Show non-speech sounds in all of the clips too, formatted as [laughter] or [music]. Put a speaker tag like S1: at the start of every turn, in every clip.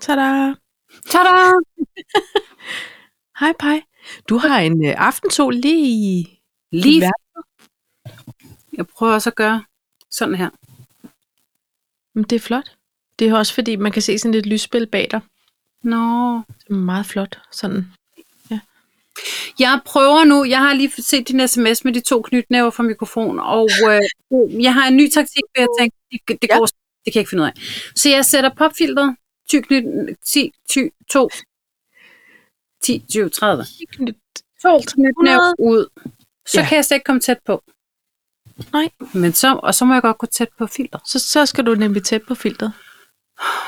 S1: Tada!
S2: Tada!
S1: Hej, Paj. Du har en øh, aftentol lige i...
S2: Lige
S1: Hvad?
S2: Jeg prøver også at gøre sådan her.
S1: Men mm, det er flot. Det er også fordi, man kan se sådan lidt lysspil bag dig.
S2: Nå.
S1: Det er meget flot. Sådan.
S2: Jeg prøver nu, jeg har lige set din sms med de to knytnæver fra mikrofon, og øh, jeg har en ny taktik, for jeg tænkte, det, det,
S1: Ja.
S2: går, det kan jeg ikke finde ud af. Så jeg sætter popfilteret, ty, knyt, 10, ty, 2, 10, 20, 30. To knytnæver ud. Så
S1: Ja.
S2: ja. kan jeg slet ikke komme tæt på.
S1: Nej.
S2: Men så, og så må jeg godt gå tæt på filteret.
S1: Så, så skal du nemlig tæt på filteret.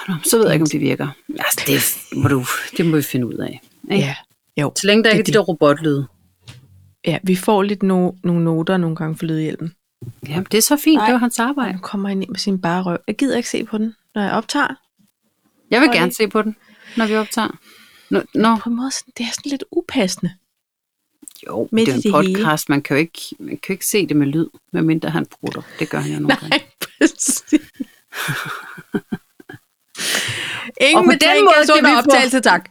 S2: Nå, så ved jeg ikke, om det virker. Altså, det, må du, det må vi finde ud af. ikke?
S1: Jo.
S2: Så længe der
S1: Det
S2: ikke
S1: er
S2: er de der robotlyde.
S1: Ja, vi får lidt no, nogle noter nogle gange for lydhjælpen.
S2: Jamen, det er så fint.
S1: Nej.
S2: Det var hans
S1: Ej,
S2: arbejde.
S1: nu kommer han ind med sin bare røv. Jeg gider ikke se på den, når jeg optager.
S2: Jeg vil
S1: Og
S2: gerne
S1: det-
S2: se på den, når vi optager. Nå, nå.
S1: På en måde, sådan, det er sådan lidt [laughs] upassende.
S2: Jo,
S1: Midt
S2: det er
S1: i
S2: en
S1: det
S2: podcast. Man kan, jo ikke, man kan jo ikke se det med lyd, medmindre han bruger det. gør han jo nogle gange.
S1: præcis. Ingen
S2: Og på
S1: med
S2: den
S1: den
S2: måde
S1: måde
S2: kan vi
S1: kan
S2: få-
S1: optagelse, tak.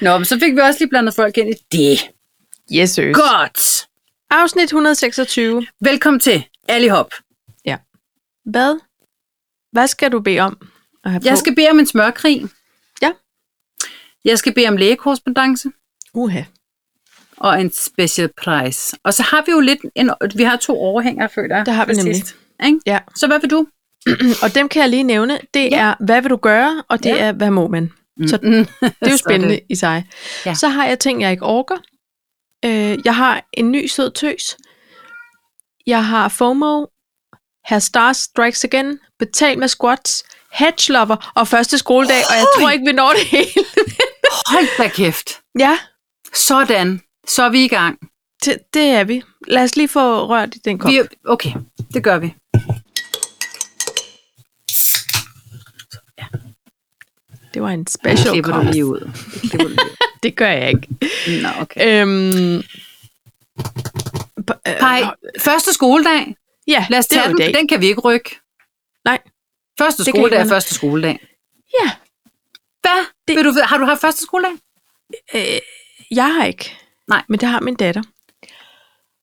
S2: Nå, men så fik vi også lige blandet folk ind i det.
S1: Yes, seriøst.
S2: Godt.
S1: Afsnit 126.
S2: Velkommen til, Allihop.
S1: Hvad? Hvad skal du bede om at have
S2: Jeg
S1: på?
S2: skal bede om en smørkrig.
S1: Ja.
S2: Jeg skal bede om lægekorrespondence
S1: Uha.
S2: og en special price. Og så har vi jo lidt en, vi har to overhængere, føler jeg.
S1: Det har vi
S2: til
S1: nemlig.
S2: sidst, ikke?
S1: Ja.
S2: Så hvad vil du?
S1: Og dem kan jeg lige nævne. Det
S2: Ja.
S1: er, hvad vil du gøre? Og det
S2: Ja.
S1: er, hvad må man? Så
S2: [laughs] mm.
S1: Det er jo
S2: Så er det-
S1: spændende i sig. Ja.
S2: Ja.
S1: Så har jeg ting, jeg ikke orker. Øh, jeg har en ny sød tøs. Jeg har FOMO. Her Star Strikes Again. Betal med squats. Hedgelover og første skoledag. Og jeg
S2: Oj!
S1: tror ikke, vi når det hele.
S2: Hold da kæft.
S1: Ja,
S2: Sådan. Så er vi i gang.
S1: det, det er vi. Lad os lige få rørt i den kop.
S2: Vi, okay, det gør vi.
S1: Det var en
S2: Det
S1: special
S2: klipper
S1: kop.
S2: du lige ud. Det klipper du lige ud.
S1: Det gør jeg ikke.
S2: Nå, okay.
S1: Øhm, p- [laughs] øh,
S2: Pej, første skoledag.
S1: ja,
S2: Lad os
S1: det er
S2: tage
S1: jo
S2: den.
S1: i dag.
S2: Den kan vi ikke rykke.
S1: Nej.
S2: Første
S1: kan
S2: skoledag
S1: ikke
S2: er
S1: være
S2: første skoledag.
S1: Ja,
S2: Hvad?
S1: Det-
S2: Det... Vil du, har du haft første skoledag?
S1: Øh, jeg har ikke.
S2: Nej.
S1: Men det har min datter.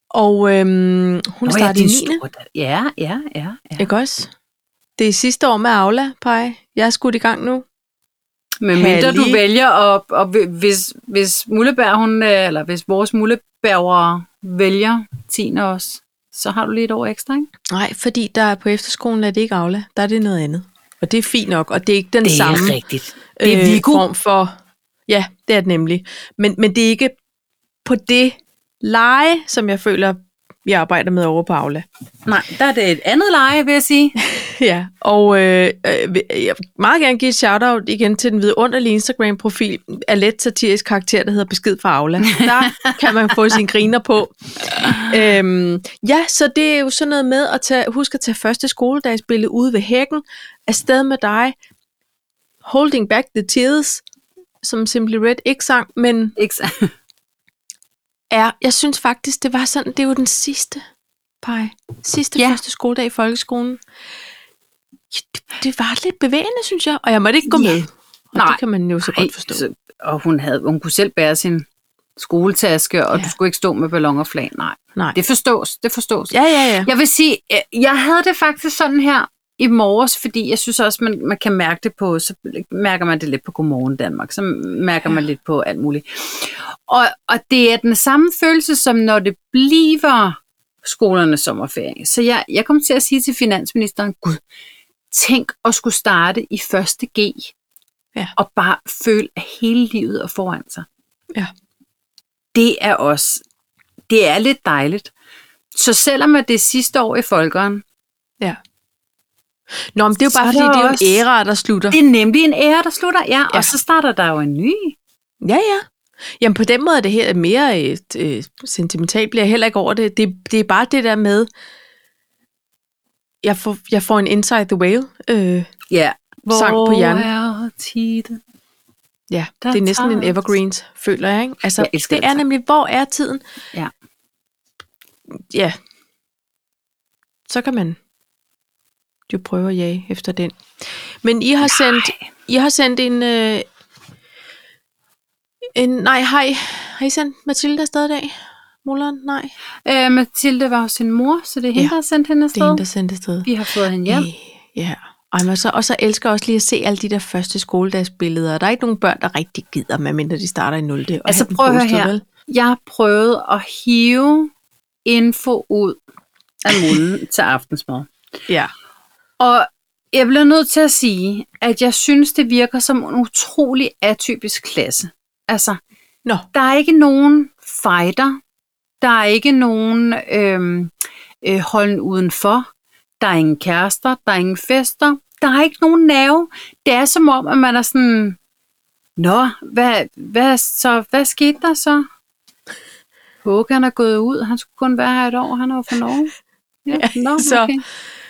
S1: Og øhm, hun
S2: Nå, ja,
S1: startede i
S2: din
S1: 9.
S2: store datter. Ja, ja, ja. ja.
S1: Ikke også? Det er sidste år med Aula, Paj. Jeg er skudt i gang nu.
S2: Men mindre
S1: Halli.
S2: du vælger, og, og hvis, hvis Mullebær, hun, øh, eller hvis vores Mullebærger vælger 10. også, så har du lige et år ekstra, ikke?
S1: Nej, fordi der er på efterskolen, er det ikke Aula. Der er det noget andet. Og det er fint nok, og det er ikke den samme øh,
S2: rigtigt. Det er Viggo.
S1: form for... Ja, det er det nemlig. Men, men det er ikke på det leje, som jeg føler, jeg arbejder med over på Aula.
S2: Nej, der er det et andet leje, vil jeg sige.
S1: [laughs] Ja, og øh, øh, vil- jeg vil meget gerne give et shout-out igen til den vidunderlige Instagram-profil af let satirisk karakter, der hedder Besked fra Aula. Der kan man få sine griner på. Øhm, ja, så det er jo sådan noget med at tage, husk at tage første skoledagsbillede ude ved hækken, afsted med dig, Holding Back the Tears, som Simply Red ikke sang, men
S2: Ikke sa-
S1: er, jeg synes faktisk, det var sådan, det var den sidste, pej, sidste ja.
S2: Ja.
S1: første skoledag i folkeskolen. Ja, Det, det var lidt bevægende, synes jeg, og jeg måtte ikke gå
S2: Ja.
S1: med. Og
S2: Nej.
S1: det kan man jo så godt forstå.
S2: så- og hun, havde, hun kunne selv bære sin skoletaske, og
S1: Ja.
S2: ja. du skulle ikke stå med ballon og flag. Nej,
S1: Nej.
S2: det forstås. Det forstås.
S1: Ja, ja, ja.
S2: Jeg vil sige, øh, jeg havde det faktisk sådan her i morges, fordi jeg synes også, man, man kan mærke det på, så mærker man det lidt på Godmorgen Danmark, så mærker man lidt på alt muligt. Og, og det er den samme følelse, som når det bliver skolernes sommerferie. Så jeg, jeg kom til at sige til finansministeren, Gud, tænk at skulle starte i 1. G,
S1: Ja.
S2: og bare føle, at hele livet er foran sig.
S1: Ja.
S2: Det er også, det er lidt dejligt. Så selvom at det er sidste år i folkeren,
S1: Nå, men det er jo bare,
S2: Så
S1: fordi det er jo
S2: også-
S1: en æra, der slutter.
S2: det er nemlig en ære, der slutter, ja, ja.
S1: Ja.
S2: og så starter der jo en ny.
S1: Ja, ja. Jamen på den måde er det her mere et, øh, sentimentalt, bliver jeg heller ikke over det. det. Det er bare det der med, jeg får, jeg får en Inside the Whale øh,
S2: Ja.
S1: sang på hjernen.
S2: er tiden?
S1: Ja,
S2: Der
S1: det er næsten en
S2: tager-
S1: evergreens, føler jeg. Ikke? Altså,
S2: Jeg elsker
S1: det
S2: den
S1: er
S2: sang.
S1: nemlig, hvor er tiden?
S2: Ja.
S1: Ja. Så kan man jo prøve at jage efter den. Men I har sendt I har sendt en... Øh, en nej, hej. Har I sendt Mathilde afsted i dag? Mulleren? Nej. Det
S2: Øh, Mathilde var hos sin mor, så det er hende,
S1: Ja.
S2: ja. der har sendt hende afsted.
S1: er hende, der sendte afsted.
S2: Vi har fået hende hjem.
S1: Øh, Ja. Ej, men så, og så elsker jeg også lige at se alle de der første skoledagsbilleder. Der er ikke nogen børn, der rigtig gider, medmindre de starter i 0. Og
S2: Altså,
S1: have den
S2: prøv at høre
S1: postet,
S2: her.
S1: vel?
S2: Jeg prøvede at hive info ud af
S1: [laughs]
S2: munden til aftensmad.
S1: Ja.
S2: Og jeg bliver nødt til at sige, at jeg synes, det virker som en utrolig atypisk klasse. Altså,
S1: Nå,
S2: der er ikke nogen fighter. Der er ikke nogen øhm, øh, holden udenfor. Der er ingen kærester. Der er ingen fester. Der er ikke nogen nerve. Det er som om, at man er sådan... Nå, hvad, hvad, så, hvad skete der så? Håkan er gået ud. Han skulle kun være her et år. Han er jo fra Norge. Ja, nå,
S1: så-
S2: okay.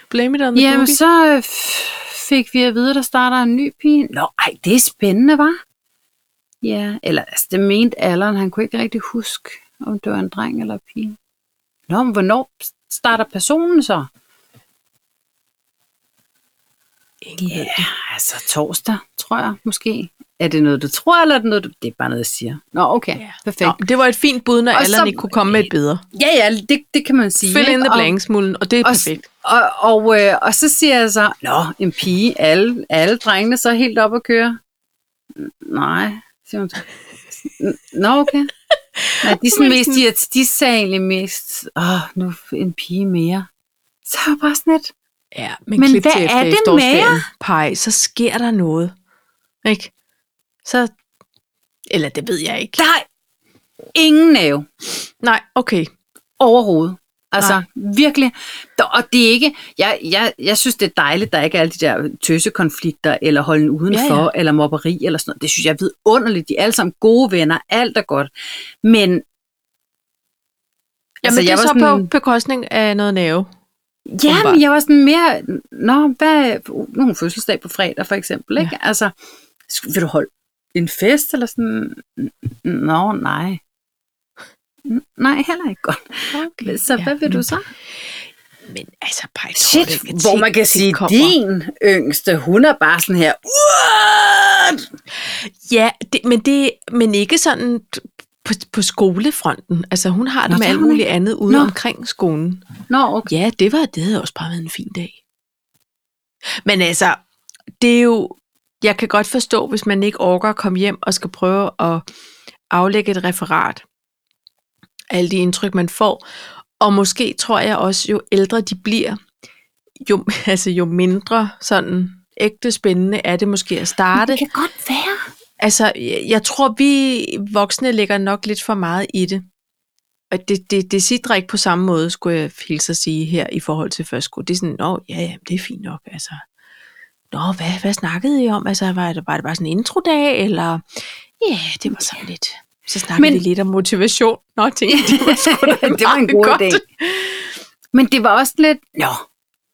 S1: blame it on the
S2: Jamen,
S1: cookie.
S2: så øh, f- fik vi at vide, at der starter en ny pige. Nå, ej, det er spændende, var. Ja, eller altså, det mente alderen. Han kunne ikke rigtig huske, om det var en dreng eller en pige. Nå, men hvornår starter personen så?
S1: Ingen ved det.
S2: Altså torsdag, tror jeg måske. Er det noget, du tror, eller er det noget, du... Det er bare noget, jeg siger. Nå, okay,
S1: Ja.
S2: ja. perfekt.
S1: Nå, det var et fint bud, når
S2: Og
S1: Allan
S2: så-
S1: ikke kunne komme med et bedre.
S2: Ja, ja, det, det kan man sige.
S1: Fill in
S2: ikke?
S1: the
S2: Og-
S1: blanks, Mullen, og det er
S2: Og,
S1: perfekt.
S2: og, og, øh, og så siger jeg så, Nå, en pige, alle, alle drengene så helt op at køre? "N- Nej, siger hun så. "N- Nå, okay. Nej, de, er sådan
S1: Men
S2: mest,
S1: sådan-
S2: de, er- de sagde egentlig mest, åh, nu en pige mere. Så er jeg bare sådan lidt,
S1: Ja, men,
S2: Men
S1: klip
S2: hvad
S1: til efter
S2: er det med
S1: efterårsferien, Pej, så sker der noget. Ikke? Så, eller det ved jeg ikke.
S2: der er ingen nerve
S1: Nej, okay.
S2: overhovedet. Altså,
S1: Nej.
S2: Nej. virkelig. Der- Og det er ikke, jeg, jeg, jeg synes, det er dejligt, der ikke er alle de der tøsekonflikter, eller holden udenfor,
S1: Ja,
S2: ja, ja. eller mobberi, eller sådan noget. Det synes jeg er vidunderligt. De er alle sammen gode venner, alt er godt. Men,
S1: Jamen, altså, det
S2: jeg
S1: er
S2: var
S1: så
S2: sådan-
S1: på bekostning af noget nerve.
S2: ja,
S1: Åbenbart.
S2: men jeg var sådan mere, nå, hvad, nu har hun fødselsdag på fredag, for eksempel, ikke? Ja. Altså, sk- vil du holde en fest, eller sådan? N- Nå, nej. N- Nej, heller ikke godt.
S1: Okay.
S2: Så ja, hvad vil du så?
S1: Men altså, Pej, jeg tror
S2: Shit,
S1: da ikke, at
S2: hvor
S1: ting,
S2: man kan
S1: det
S2: sige,
S1: kommer.
S2: din yngste, hun er bare sådan her, what?
S1: Ja, det, men, det, men ikke sådan t- på, på skolefronten. Altså, hun har det
S2: Nå,
S1: med
S2: det
S1: alt
S2: har hun
S1: muligt andet ude
S2: Nå.
S1: omkring skolen.
S2: Nå, okay.
S1: Ja, det var det havde også bare været en fin dag. Men altså, det er jo... Jeg kan godt forstå, hvis man ikke orker at komme hjem og skal prøve at aflægge et referat. Alle de indtryk, man får. Og måske tror jeg også, jo ældre de bliver, jo, [laughs] altså, jo mindre sådan ægte spændende er det måske at starte.
S2: kan godt være.
S1: Altså, jeg, jeg tror, vi voksne lægger nok lidt for meget i det. Og det, det, det sidder ikke på samme måde, skulle jeg hilse at sige her i forhold til første skole. Det er sådan, nå, ja, ja, det er fint nok, altså. Nå, hvad, hvad snakkede I om? Altså, var det, var det bare sådan en introdag, eller? Ja, det var sådan lidt. Så snakkede
S2: Men-
S1: vi lidt om motivation. Nå, jeg tænkte,
S2: [laughs]
S1: det var sgu da
S2: [laughs] det var en
S1: meget
S2: god
S1: godt.
S2: idé. Men det var også lidt, nå,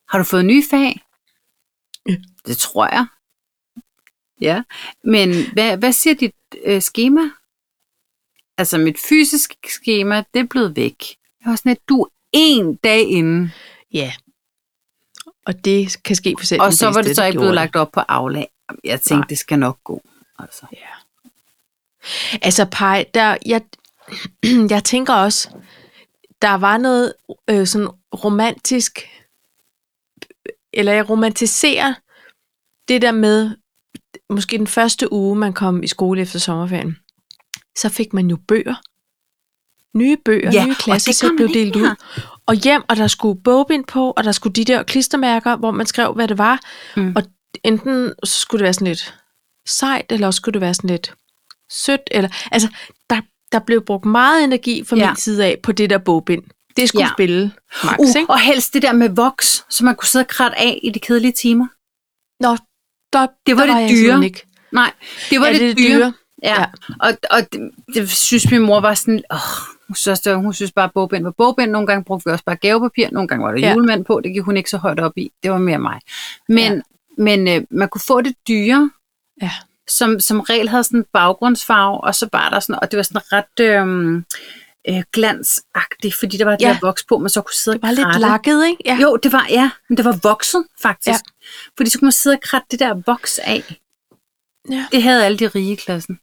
S2: har du fået nye fag?
S1: Ja.
S2: Det tror jeg. Ja, men hvad, hvad siger dit øh, schema? Altså mit fysiske schema, det er blevet væk. Jeg var sådan lidt, du er en dag inden,
S1: Ja. Og det kan ske for selv.
S2: og
S1: den
S2: så var
S1: bedste,
S2: det så ikke
S1: gjorde
S2: blevet
S1: det.
S2: lagt op på aflag. Jeg tænkte,
S1: Nej.
S2: det skal nok gå. Altså.
S1: Ja. Altså, Pej, der, jeg, [clears throat] jeg tænker også, der var noget øh, sådan romantisk, eller jeg romantiserer det der med, måske den første uge, man kom i skole efter sommerferien, så fik man jo bøger. Nye bøger,
S2: Ja,
S1: nye
S2: og
S1: klasser,
S2: det
S1: så
S2: gør man
S1: blev
S2: ikke
S1: delt
S2: mere.
S1: ud. Og hjem, og der skulle bogbind på, og der skulle de der klistermærker, hvor man skrev, hvad det var.
S2: Mm.
S1: Og enten så skulle det være sådan lidt sejt, eller også skulle det være sådan lidt sødt. Eller, altså, der, der blev brugt meget energi fra ja.
S2: Ja.
S1: min side af på det der bogbind. Det skulle ja.
S2: Ja.
S1: spille max, uh,
S2: Uh,
S1: ikke?
S2: og helst det der med voks, så man kunne sidde og kratte af i de kedelige timer.
S1: Nå, der,
S2: Det var
S1: der
S2: det
S1: jeg simpelthen
S2: dyre.
S1: Ikke.
S2: Nej, det var
S1: Ja,
S2: det, det dyre. dyre. Ja.
S1: Ja.
S2: ja. Og, og det, det synes min mor var sådan, åh, hun synes, også, det var- hun synes bare, at bogbind var bogbind. Nogle gange brugte vi også bare gavepapir, nogle gange var der
S1: Ja.
S2: ja. julemand på, det gik hun ikke så højt op i. Det var mere mig. Men,
S1: Ja.
S2: ja. men øh, man kunne få det dyre,
S1: Ja.
S2: som som regel havde sådan en baggrundsfarve, og så var der sådan, og det var sådan ret øh, øh, glansagtigt, fordi der var det
S1: Ja.
S2: ja. der voks på, man så kunne sidde
S1: Det
S2: og
S1: var lidt
S2: kratte.
S1: lakket, ikke? Ja.
S2: Jo, det var, ja, men det var vokset faktisk.
S1: Ja.
S2: Ja. Fordi så kunne man sidde og kratte det der voks af.
S1: Ja.
S2: Det havde alle de rige i klassen.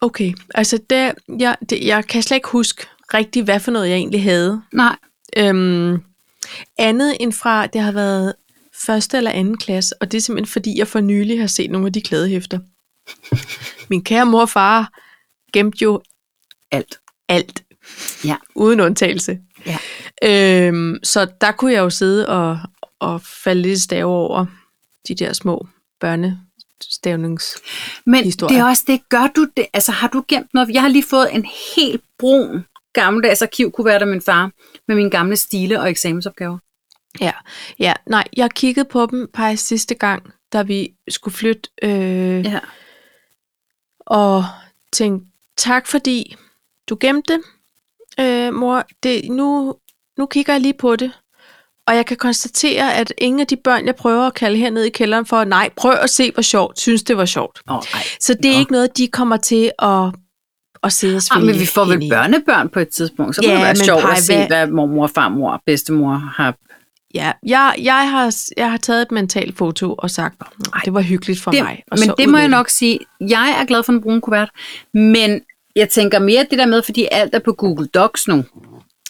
S1: Okay, altså der, jeg, det, jeg kan slet ikke huske rigtig, hvad for noget jeg egentlig havde.
S2: Nej,
S1: Øhm, andet end fra, det har været første eller anden klasse, og det er simpelthen fordi, jeg for nylig har set nogle af de [laughs] klædehæfter. Min kære mor og far gemte jo
S2: alt.
S1: alt.
S2: Ja.
S1: Uden undtagelse.
S2: Ja.
S1: Øhm, så der kunne jeg jo sidde og, og falde lidt i stave over de der små børnestavnings...
S2: Men
S1: Historie.
S2: det er også det, gør du det? Altså har du gemt noget? Jeg har lige fået en helt brun gammeldags arkivkuvert af min far med mine gamle stile og eksamensopgaver.
S1: Ja, ja, nej, jeg kiggede på dem par sidste gang, da vi skulle flytte, øh,
S2: Ja.
S1: og tænkte, tak fordi du gemte det, øh, mor. Det, nu, nu kigger jeg lige på det, og jeg kan konstatere, at ingen af de børn, jeg prøver at kalde hernede i kælderen for, nej, prøv at se, hvor sjovt, synes det var sjovt.
S2: Oh, ej.
S1: Så det er
S2: Nå.
S1: ikke noget, de kommer til at, at sidde og svine
S2: Ej, Ah, men vi får
S1: ind
S2: vel
S1: i.
S2: børnebørn på et tidspunkt, så ja,
S1: Ja,
S2: kunne det være
S1: men
S2: sjovt
S1: Paj,
S2: at se,
S1: hvad-
S2: hvad mormor, farmor, bedstemor har.
S1: Ja, jeg, jeg, har, jeg har taget et mentalt foto og sagt, "Nå, det var hyggeligt for
S2: Det,
S1: mig. Og
S2: men
S1: så
S2: det
S1: ud
S2: må
S1: med
S2: jeg nok sige, jeg er glad for den brune kuvert, men jeg tænker mere det der med, fordi alt er på Google Docs nu.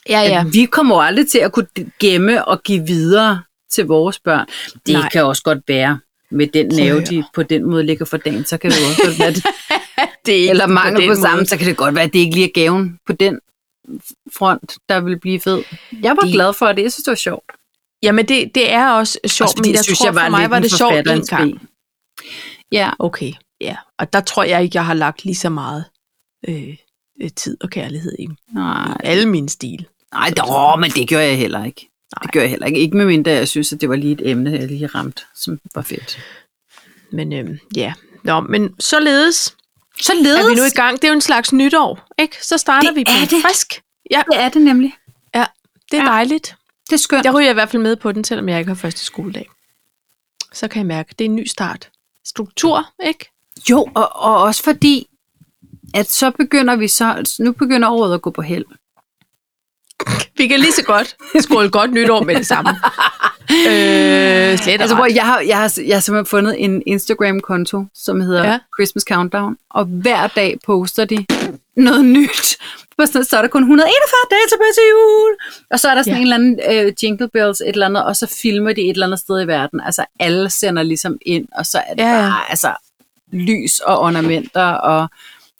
S1: Ja, ja.
S2: At vi kommer jo aldrig til at kunne gemme og give videre til vores børn. Det
S1: Nej.
S2: Nej. kan også godt være med den
S1: at
S2: nerve,
S1: høre.
S2: de på den måde ligger for dagen, så kan det jo også godt være,
S1: [laughs]
S2: det,
S1: Det er ikke
S2: eller mangel på,
S1: den
S2: på
S1: måde.
S2: samme, så kan det godt være, at det ikke lige er gaven på den front, der vil blive fed. Jeg var
S1: Det-
S2: det... glad for det, jeg synes, det var sjovt.
S1: Jamen, det, det er også sjovt,
S2: Også fordi
S1: men jeg synes, tror, jeg var for mig
S2: lidt
S1: var
S2: en
S1: det sjovt en
S2: forfatterens
S1: gang.
S2: ben. Ja,
S1: Okay, ja. Og der tror jeg ikke, jeg har lagt lige så meget øh, øh, tid og kærlighed i
S2: nej,
S1: alle mine stil.
S2: nej det, åh, men det gjorde jeg heller ikke.
S1: Nej.
S2: Det gjorde jeg heller ikke. Ikke med mindre, jeg synes, at det var lige et emne, jeg lige ramte, som var fedt.
S1: Men øh, ja, Nå, men således
S2: Så ledes.
S1: er vi nu i gang. Det er jo en slags nytår, ikke? Så starter
S2: Det
S1: vi på
S2: er det.
S1: frisk.
S2: Det er det nemlig.
S1: Det er
S2: Ja.
S1: dejligt.
S2: Det er skønt.
S1: Jeg ryger i hvert fald med på den, selvom jeg ikke har første skoledag. Så kan jeg mærke, at det er en ny start. Struktur, ikke?
S2: Jo, og, og også fordi, at så begynder vi så, nu begynder året at gå på held.
S1: Vi kan lige så godt skåle godt nytår med det
S2: [laughs]
S1: samme. øh, slet
S2: Altså,
S1: altså,
S2: hvor jeg, har, jeg, har, jeg har simpelthen fundet en Instagram-konto, som hedder
S1: Ja.
S2: ja. Christmas Countdown, og hver dag poster de noget nyt. [laughs] På sådan, så er der kun 141 dage tilbage til jul. Og så er der sådan
S1: Ja.
S2: ja. en eller anden øh, Jingle Bells, et eller andet, og så filmer de et eller andet sted i verden. Altså, alle sender ligesom ind, og så er det
S1: Ja,
S2: ja,
S1: ja.
S2: ja. bare altså, lys og ornamenter, og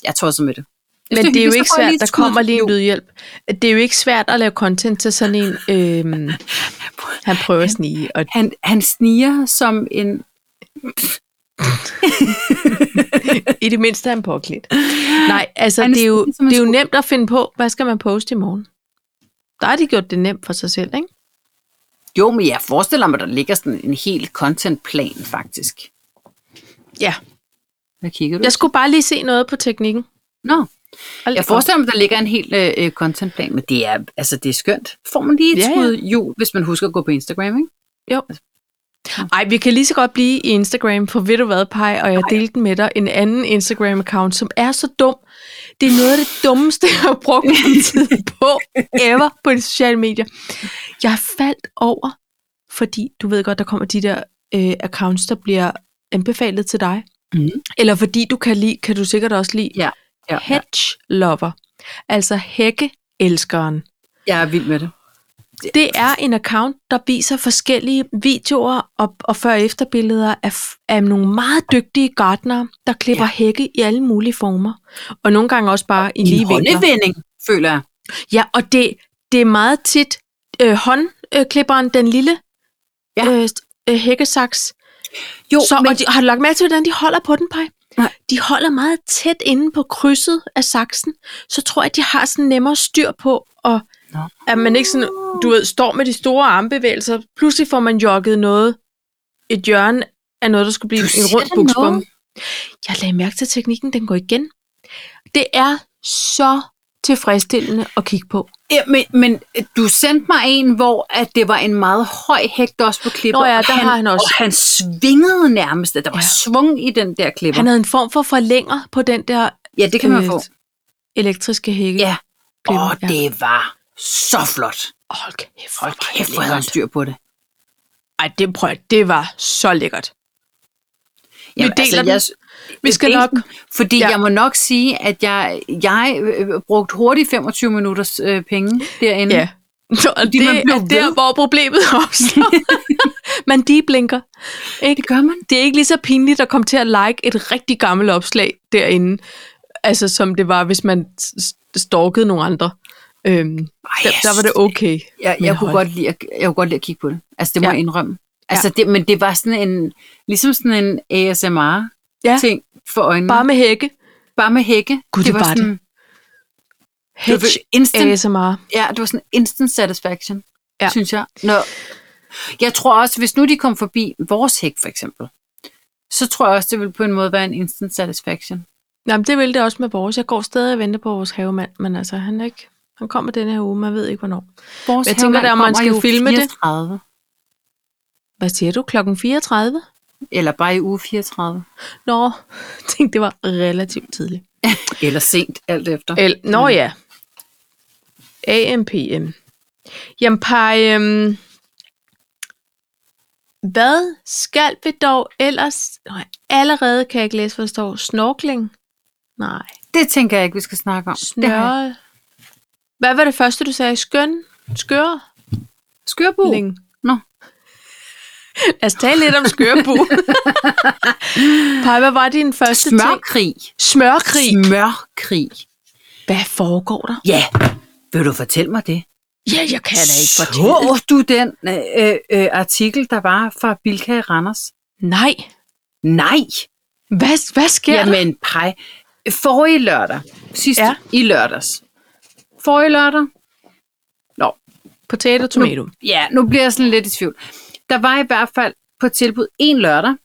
S2: jeg tror så med det. Hvis
S1: Men det er jo
S2: hyggeligt, så
S1: ikke
S2: får
S1: svært,
S2: jeg lige et
S1: der
S2: skud
S1: kommer lige en
S2: jul.
S1: lydhjælp. Det er jo ikke svært at lave content til sådan en,
S2: [laughs]
S1: øhm, han prøver at snige. Og
S2: Han, han sniger som en...
S1: i det mindste er han påklædt. Nej, altså
S2: Han er
S1: det er, jo,
S2: snedig som en
S1: det er jo
S2: sko.
S1: nemt at finde på, hvad skal man poste i morgen? Der har de gjort det nemt for sig selv, ikke?
S2: Jo, men jeg forestiller mig, der ligger sådan en helt contentplan, faktisk.
S1: Ja,
S2: Hvad kigger du?
S1: jeg skulle bare lige se noget på teknikken.
S2: Nå.
S1: Hold
S2: Jeg
S1: da op.
S2: forestiller mig, der ligger en helt øh, øh, contentplan, men det er, altså, det er skønt. Får man lige et
S1: Ja, ja.
S2: ja, skud jul, hvis man husker at gå på Instagram, ikke?
S1: Ej, vi kan lige så godt blive i Instagram, for ved du hvad, Paj, og jeg delte den med dig, en anden Instagram-account, som er så dum. Det er noget af det dummeste, jeg har brugt
S2: [laughs]
S1: min tid på ever på de sociale medier. Jeg faldt over, fordi du ved godt, der kommer de der øh, accounts, der bliver anbefalet til dig.
S2: Mhm.
S1: Eller fordi du kan lide, kan du sikkert også lide
S2: Ja, ja, ja.
S1: hedge lover, altså hækkeelskeren.
S2: Jeg er vild med det.
S1: Det er en account, der viser forskellige videoer og, og før- og efterbilleder af, f- af nogle meget dygtige gartnere, der klipper ja.
S2: Ja.
S1: hække i alle mulige former. Og nogle gange også bare i lige
S2: en
S1: vinkler.
S2: håndevending, føler jeg.
S1: Ja, og det, det er meget tit øh, håndklipperen, den lille
S2: Ja.
S1: øh, s- øh, hækkesaks.
S2: Jo,
S1: Så, men... og de, har du lagt mærke til, hvordan de holder på den, Paj?
S2: Nej.
S1: De holder meget tæt inde på krydset af saksen. Så tror jeg, at de har sådan nemmere styr på at
S2: Nå.
S1: at man ikke sådan, du ved, står med de store armbevægelser, pludselig får man jogget noget, et hjørne af noget, der skulle blive
S2: Du
S1: en
S2: siger
S1: rund
S2: da
S1: buksbom.
S2: noget.
S1: Jeg lagde mærke til teknikken, den går igen. Det er så tilfredsstillende at kigge på.
S2: Ja, men, men øh, du sendte mig en, hvor at det var en meget høj hægt også på klipper.
S1: Nå ja,
S2: og
S1: der har han også-
S2: Og han svingede nærmest. Der var
S1: Ja.
S2: ja. svung i den der klipper.
S1: Han havde en form for forlænger på den der
S2: ja, det kan man
S1: øh,
S2: få.
S1: elektriske hække.
S2: Ja.
S1: klipper,
S2: Og
S1: ja.
S2: det var så flot.
S1: Hold kæft,
S2: Hold
S1: hvor var det
S2: kæft, hvor havde han
S1: lækkert.
S2: styr på det.
S1: Ej, det, prøv, at- det var så lækkert. Vi deler den.
S2: altså, jeg,
S1: Vi skal nok...
S2: Fordi
S1: Ja.
S2: ja. jeg må nok sige, at jeg, jeg øh, brugte hurtigt 25 minutters øh, penge derinde.
S1: Ja. Så
S2: Fordi
S1: det
S2: man blev
S1: er der,
S2: ved.
S1: hvor problemet [laughs] opstår. man de blinker. Ikke?
S2: Det gør man.
S1: Det er ikke lige så pinligt at komme til at like et rigtig gammelt opslag derinde, altså som det var, hvis man s- s- stalkede nogle andre. Øhm,
S2: Ej,
S1: der, der var det okay.
S2: Jeg,
S1: Men
S2: jeg, kunne
S1: hold.
S2: godt lide at, jeg kunne godt lide at kigge på det. Altså, det må
S1: Ja.
S2: ja. jeg indrømme. Altså, det, men det var sådan en, ligesom sådan en ASMR-ting ja. for øjnene.
S1: Bare med hække.
S2: bare med hække.
S1: Gud, det
S2: var
S1: var det.
S2: sådan, det
S1: Hedge
S2: var instant,
S1: ASMR.
S2: ja, det var sådan instant satisfaction,
S1: Ja.
S2: ja. synes jeg. Nå. Jeg tror også, hvis nu de kom forbi vores hæk, for eksempel, så tror jeg også, det ville på en måde være en instant satisfaction.
S1: Jamen, det ville det også med vores. Jeg går stadig og venter på vores havemand, men altså, han er ikke... Han kommer denne her uge, man ved ikke hvornår.
S2: Vores
S1: Jeg tænker,
S2: havemand
S1: det er, om man
S2: kommer
S1: skal
S2: jo
S1: filme det.
S2: 34,
S1: Hvad siger du? Klokken 34?
S2: det. Eller bare i uge 34.
S1: Nå, [laughs] jeg tænkte, det var relativt tidligt.
S2: Eller sent, alt efter. Mm.
S1: El, nå ja. AMPM. Jamen, Paj, øhm, hvad skal vi dog ellers? Nå, allerede kan jeg ikke læse, hvad der står. Snorkling? Nej.
S2: Det tænker jeg ikke, vi skal snakke om. Det har
S1: Snøre?
S2: jeg-
S1: Hvad var det første, du sagde? Skøn? Skøre?
S2: Skørbo.
S1: Ling.
S2: Nå.
S1: Lad os tale Altså, lidt om skørbu. Paj, hvad var din første ting?
S2: Smørkrig.
S1: Smørkrig.
S2: Smørkrig.
S1: Hvad foregår der?
S2: Ja. Vil du fortælle mig det?
S1: Ja, jeg kan da ikke fortælle.
S2: Så du den øh, øh, øh, artikel, der var fra Bilka i Randers?
S1: Nej.
S2: Nej.
S1: Hvad, hvad sker der?
S2: Jamen, pej. Forrige lørdag. Sidste
S1: Ja.
S2: ja. i lørdags. Forrige lørdag.
S1: Potato, tomato.
S2: Ja, nu bliver jeg sådan lidt i tvivl. Der var i hvert fald på tilbud en lørdag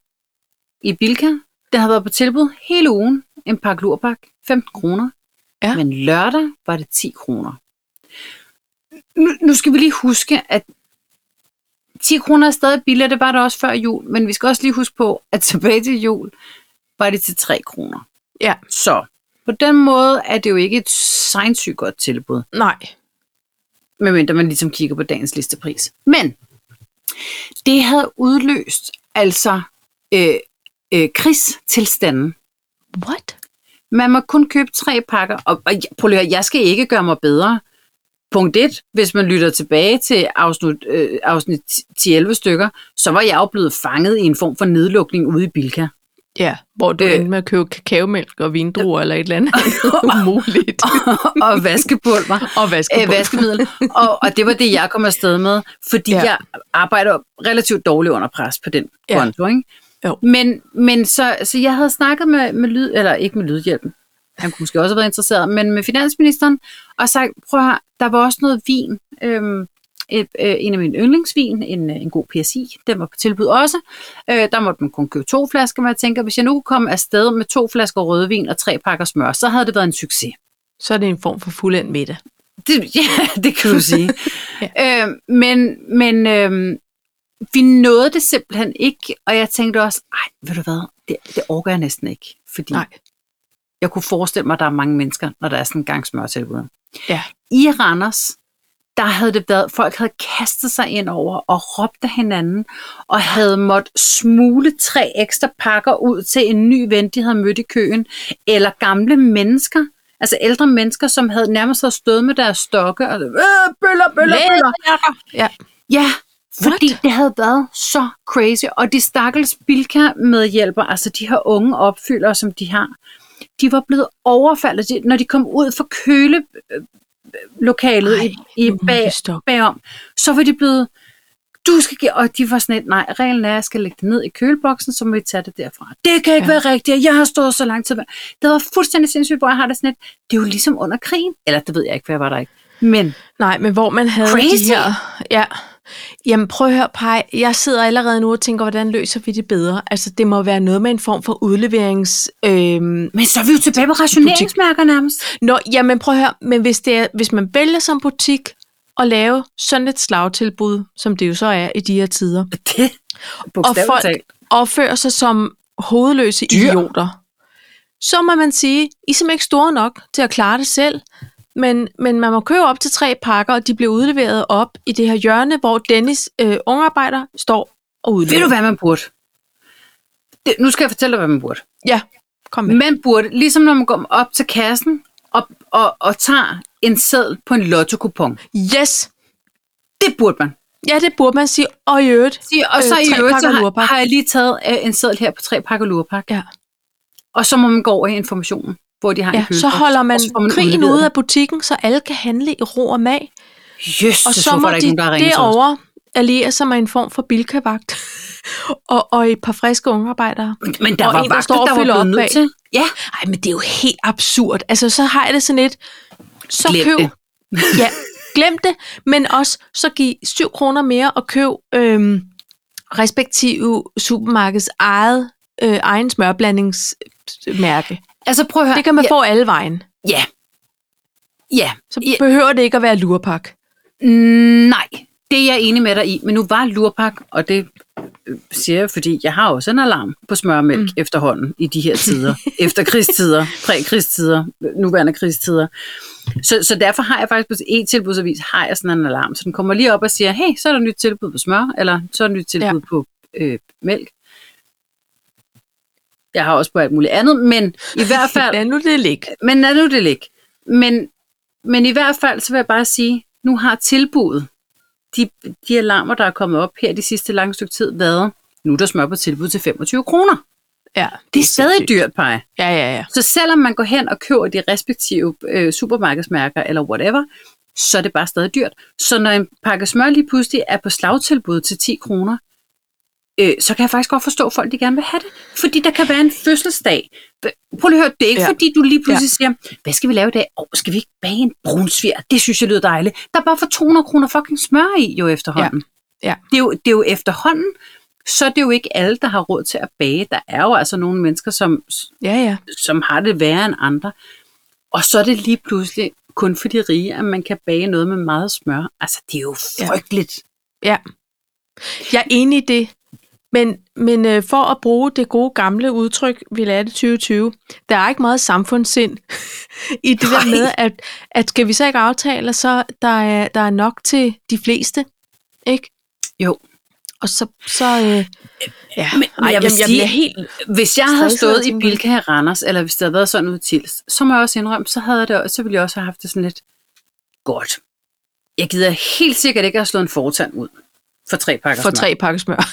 S2: i Bilka. Der havde været på tilbud hele ugen en pakke lurbak, 15 kroner.
S1: Ja.
S2: Men lørdag var det 10 kroner. Nu, nu skal vi lige huske, at 10 kroner er stadig billigere, det var det også før jul, men vi skal også lige huske på, at tilbage til jul var det til 3 kroner.
S1: Ja.
S2: Så på den måde er det jo ikke et sindssygt godt tilbud
S1: Nej.
S2: medmindre man ligesom kigger på dagens listepris. Men det havde udløst altså øh, øh, krigstilstanden.
S1: What?
S2: Man må kun købe tre pakker, og, og jeg- prøv lige at høre, jeg skal ikke gøre mig bedre. Punkt 1, hvis man lytter tilbage til afsnit, øh, afsnit 10-11 stykker, så var jeg jo blevet fanget i en form for nedlukning ude i Bilka. [laughs]
S1: Ja, hvor du øh.
S2: Øh.
S1: endte med at købe kakaomælk og vindruer eller et eller [laughs] andet. Umuligt.
S2: og vaskepulver.
S1: og
S2: øh,
S1: vaskebund.
S2: vaskemiddel. og, og det var det, jeg kom afsted med, fordi
S1: Ja.
S2: ja. jeg arbejder relativt dårligt under pres på den
S1: Ja.
S2: ja. konto. Ikke?
S1: Jo.
S2: Men, men så, så jeg havde snakket med, med lyd, eller ikke med lydhjælpen, han kunne måske også have været interesseret, men med finansministeren, og sagt, prøv at høre, der var også noget vin, øhm, et, øh, en af mine yndlingsvin, en, øh, en god PSI, den var på tilbud også. Øh, der måtte man kun købe to flasker, men jeg tænker, hvis jeg nu kunne komme afsted med to flasker rødvin og tre pakker smør, så havde det været en succes.
S1: Så er det en form for fuldendt middag.
S2: Det, [laughs] ja, det kan du sige. ja. øhm, men men øhm, vi nåede det simpelthen ikke, og jeg tænkte også, ej, ved du hvad, det, det orker jeg næsten ikke. Fordi
S1: Nej.
S2: jeg kunne forestille mig, at der er mange mennesker, når der er sådan en gang smørtilbud.
S1: Ja.
S2: I Randers, der havde det været, folk havde kastet sig ind over og råbt af hinanden, og havde måttet smule tre ekstra pakker ud til en ny ven, de havde mødt i køen, eller gamle mennesker, altså ældre mennesker, som havde nærmest havde stået med deres stokke, og øh, bøller, bøller, bøller.
S1: Ja.
S2: Ja, fordi
S1: What?
S2: What? det havde været så crazy. Og de stakkels Bilka-medhjælper, altså de her unge opfyldere, som de har, de var blevet overfaldet, De- når de kom ud fra kølelokalet
S1: Ej,
S2: i, i
S1: nu må
S2: bag,
S1: vi stoppe.
S2: bagom, så var de blevet du skal give, og de var sådan et, nej, reglen er, at jeg skal lægge det ned i køleboksen, så må vi tage det derfra. Det kan ikke
S1: Ja.
S2: ja. være rigtigt, og jeg har stået så lang tid. med- Det var fuldstændig sindssygt, hvor jeg har det sådan et, det er jo ligesom under krigen, eller det ved jeg ikke, for jeg var der ikke. Men
S1: Nej, men hvor man havde
S2: Crazy.
S1: de her... Ja. Jamen prøv at høre, Paj. Jeg sidder allerede nu og tænker, hvordan løser vi det bedre? Altså, det må være noget med en form for udleverings... Øhm,
S2: Men så er vi jo tilbage på rationeringsmærker nærmest.
S1: Nå, jamen prøv at høre, men hvis, det er, hvis man vælger som butik at lave sådan et slagtilbud, som det jo så er i de her tider,
S2: Det
S1: og folk opfører sig som hovedløse
S2: Dyr.
S1: idioter, så må man sige, I er simpelthen ikke store nok til at klare det selv, men, men man må købe op til tre pakker, og de bliver udleveret op i det her hjørne, hvor Dennis øh, ungarbejder står og udleverer.
S2: Ved du, hvad man burde? det, nu skal jeg fortælle dig, hvad man burde.
S1: Ja, kom med.
S2: Man burde, ligesom når man går op til kassen og, og, og tager en seddel på en lotto-kupon.
S1: Yes!
S2: Det burde man.
S1: Ja, det burde man sige. Og i øvrigt.
S2: Sige, og så
S1: Øh,
S2: i
S1: tre
S2: øvrigt, så
S1: pakker
S2: har,
S1: lurpak.
S2: har jeg lige taget øh, en seddel her på tre pakker lurpak.
S1: Ja.
S2: Og så må man gå over i informationen, hvor de har
S1: Ja,
S2: en
S1: så holder man,
S2: og så får man
S1: krigen
S2: udleveret
S1: ude
S2: det.
S1: af butikken, så alle kan handle i ro og mag.
S2: Jøsses,
S1: Og så
S2: hvorfor
S1: må
S2: er der ikke
S1: de
S2: nogen, der har ringet til os?
S1: derovre alliere sig med en form for bilkavagt. [laughs] og, og et par friske ungarbejdere.
S2: Men der
S1: Og
S2: var
S1: en, der
S2: vagter,
S1: står og
S2: der var
S1: fylder
S2: blevet
S1: op
S2: nødt
S1: bag.
S2: til. Ja,
S1: Ej, men det er jo helt absurd. Altså, så har jeg det sådan lidt, så
S2: Glem
S1: køb...
S2: det.
S1: [laughs] ja, glem det. Men også, så giv 7 kroner mere og køb øhm, respektive supermarkeds eget, øh, egen smørblandingsmærke.
S2: altså prøv at høre.
S1: Det kan man
S2: ja,
S1: få alle vejen.
S2: Ja. Ja.
S1: Så
S2: Ja.
S1: behøver det ikke at være lurpak.
S2: Nej, det er jeg enig med dig i. Men nu var lurpak, og det øh, siger jeg, fordi jeg har også en alarm på smørmælk mm. efterhånden i [laughs] de her tider. Efter krigstider, prækrigstider, nuværende krigstider. Så, så derfor har jeg faktisk på en tilbudsavis, har jeg sådan en alarm. Så den kommer lige op og siger, hey, så er der nyt tilbud på smør, eller så er der nyt tilbud ja. på øh, mælk. Jeg har også på alt muligt andet, men i hvert fald,
S1: Lad nu det ligge.
S2: Men lad nu det ligge. Men, men i hvert fald, så vil jeg bare sige, nu har tilbuddet, de, de alarmer, der er kommet op her de sidste lange stykke tid, været, nu er der smør på tilbud til 25 kroner.
S1: Ja,
S2: Det er stadig dyrt, pege.
S1: Ja, ja, ja.
S2: Så selvom man går hen og køber de respektive øh, supermarkedsmærker eller whatever, så er det bare stadig dyrt. Så når en pakke smør lige pludselig er på slagtilbud til 10 kroner, øh, så kan jeg faktisk godt forstå, at folk de gerne vil have det. Fordi der kan være en fødselsdag. B- Prøv lige at høre, det er ikke
S1: Ja.
S2: ja. fordi, du lige pludselig ja. siger, hvad skal vi lave i dag? Åh, skal vi ikke bage en brunsvir? Det synes jeg lyder dejligt. Der er bare for 200 kroner fucking smør i jo efterhånden.
S1: Ja. Ja.
S2: Det, er jo, det er jo efterhånden, så er det jo ikke alle, der har råd til at bage. Der er jo altså nogle mennesker, som,
S1: Ja, ja.
S2: som har det værre end andre. Og så er det lige pludselig kun for de rige, at man kan bage noget med meget smør. Altså, det er jo
S1: Ja.
S2: frygteligt.
S1: Jeg er enig i det. Men, men øh, for at bruge det gode gamle udtryk, vi lærte i 2020, der er ikke meget samfundssind [laughs] i det der
S2: Nej.
S1: med, at, at skal vi så ikke aftale, at så der er, der er nok til de fleste, ikke?
S2: Jo.
S1: Og så, så øh, ja.
S2: men jeg vil sige-
S1: bliver helt...
S2: Hvis jeg havde
S1: Stresset,
S2: stået i
S1: tænker jeg.
S2: Bilka i Randers, eller hvis det havde været sådan ud til, så må jeg også indrømme, så, havde jeg det, også- så ville jeg også have haft det sådan lidt godt. Jeg gider helt sikkert ikke at have slået en fortand ud for tre pakker
S1: For
S2: smør.
S1: tre pakker smør.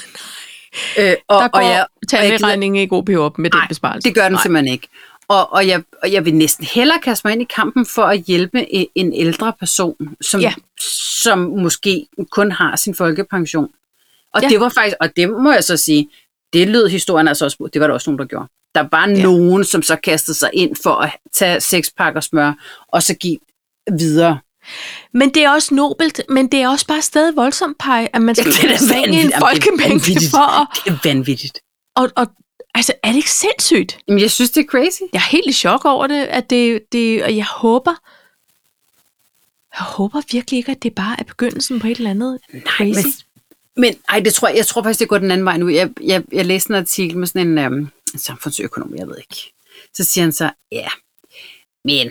S2: Øh, og,
S1: Der går
S2: og jeg, jeg gider-
S1: tandlægeregningen ikke OP op med den
S2: Nej,
S1: besparelse.
S2: det gør den
S1: Nej.
S2: simpelthen ikke. Og, og, jeg, og jeg vil næsten hellere kaste mig ind i kampen for at hjælpe e- en ældre person, som,
S1: Ja.
S2: ja. som måske kun har sin folkepension. Og
S1: Ja.
S2: ja. det var faktisk, og det må jeg så sige, det lød historien altså også, på. det var der også nogen, der gjorde. Der var
S1: Ja.
S2: ja. nogen, som så kastede sig ind for at tage seks pakker smør, og så give videre.
S1: Men det er også nobelt, men det er også bare stadig voldsomt pege, at man skal
S2: det er da
S1: svinge en
S2: vanvittigt. Jamen, det er
S1: folkemængde
S2: vanvittigt.
S1: for at
S2: Det er vanvittigt.
S1: Og, og altså, er det ikke sindssygt?
S2: Jamen, jeg synes, det er crazy.
S1: Jeg er helt i chok over det, at det, det og jeg håber, jeg håber virkelig ikke, at det bare er begyndelsen på et eller andet crazy.
S2: men- Men ej, det tror jeg, jeg tror faktisk, det går den anden vej nu. Jeg, jeg, jeg læste en artikel med sådan en øhm, samfundsøkonom, jeg ved ikke. Så siger han så, ja, men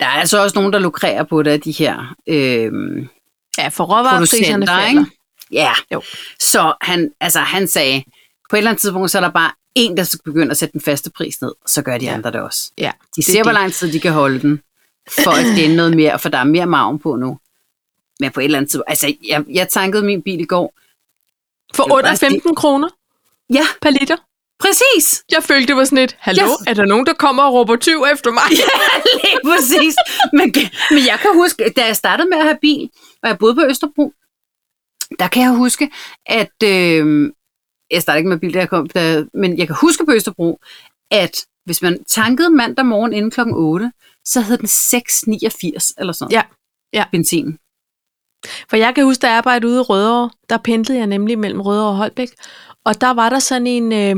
S2: der er altså også nogen, der lukrerer på det af de her øhm,
S1: ja, for råvarepriserne
S2: producenter,
S1: falder.
S2: ikke? Ja,
S1: Jo.
S2: så han, altså, han sagde, på et eller andet tidspunkt, så er der bare en, der skal begynde at sætte den faste pris ned, så gør de
S1: Ja.
S2: andre det også.
S1: Ja,
S2: De
S1: det er
S2: ser, hvor
S1: det.
S2: lang tid de kan holde den, for at finde noget mere, for der er mere maven på nu. Men på et eller andet tidspunkt, altså, jeg, jeg tankede min bil i går.
S1: For
S2: Det er jo
S1: under
S2: bare-
S1: 15 kroner
S2: Ja,
S1: per liter.
S2: præcis!
S1: Jeg følte, det var sådan et, hallo,
S2: Yes.
S1: er der nogen, der kommer og råber 20 efter mig?
S2: [laughs] Lige præcis. Men, men jeg kan huske, da jeg startede med at have bil, og jeg boede på Østerbro, der kan jeg huske, at... Øh, jeg startede ikke med bil, da jeg kom, da, men jeg kan huske på Østerbro, at hvis man tankede mandag morgen inden klokken 8, så hed den 6,89 eller sådan
S1: Ja, ja.
S2: Benzin.
S1: For jeg kan huske, da jeg arbejdede ude i Rødovre, der pendlede jeg nemlig mellem Rødovre og Holbæk. Og der var der sådan en, øh,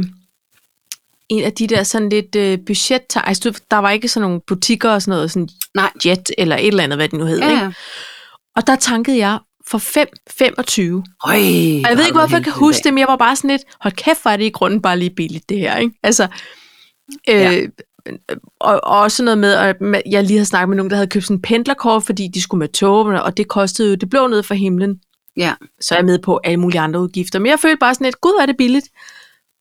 S1: en af de der sådan lidt øh, budget... Altså, du- der var ikke sådan nogle butikker og sådan noget, sådan
S2: Nej.
S1: Jet eller et eller andet, hvad det nu hed.
S2: Ja,
S1: Ja. Ikke?
S2: ja.
S1: Og der tankede jeg for 5,25.
S2: Øj,
S1: Og jeg ved ikke, hvorfor jeg kan huske det, men jeg var bare sådan lidt, hold kæft, hvor er det i grunden bare lige billigt, det her. Ikke? Altså, øh,
S2: Ja.
S1: og, og også noget med, at ma- jeg lige havde snakket med nogen, der havde købt sådan en pendlerkort, fordi de skulle med tog, og det kostede jo, det blå ned fra himlen
S2: Ja.
S1: så er jeg med på alle mulige andre udgifter. Men jeg følte bare sådan lidt, gud, hvor er det billigt.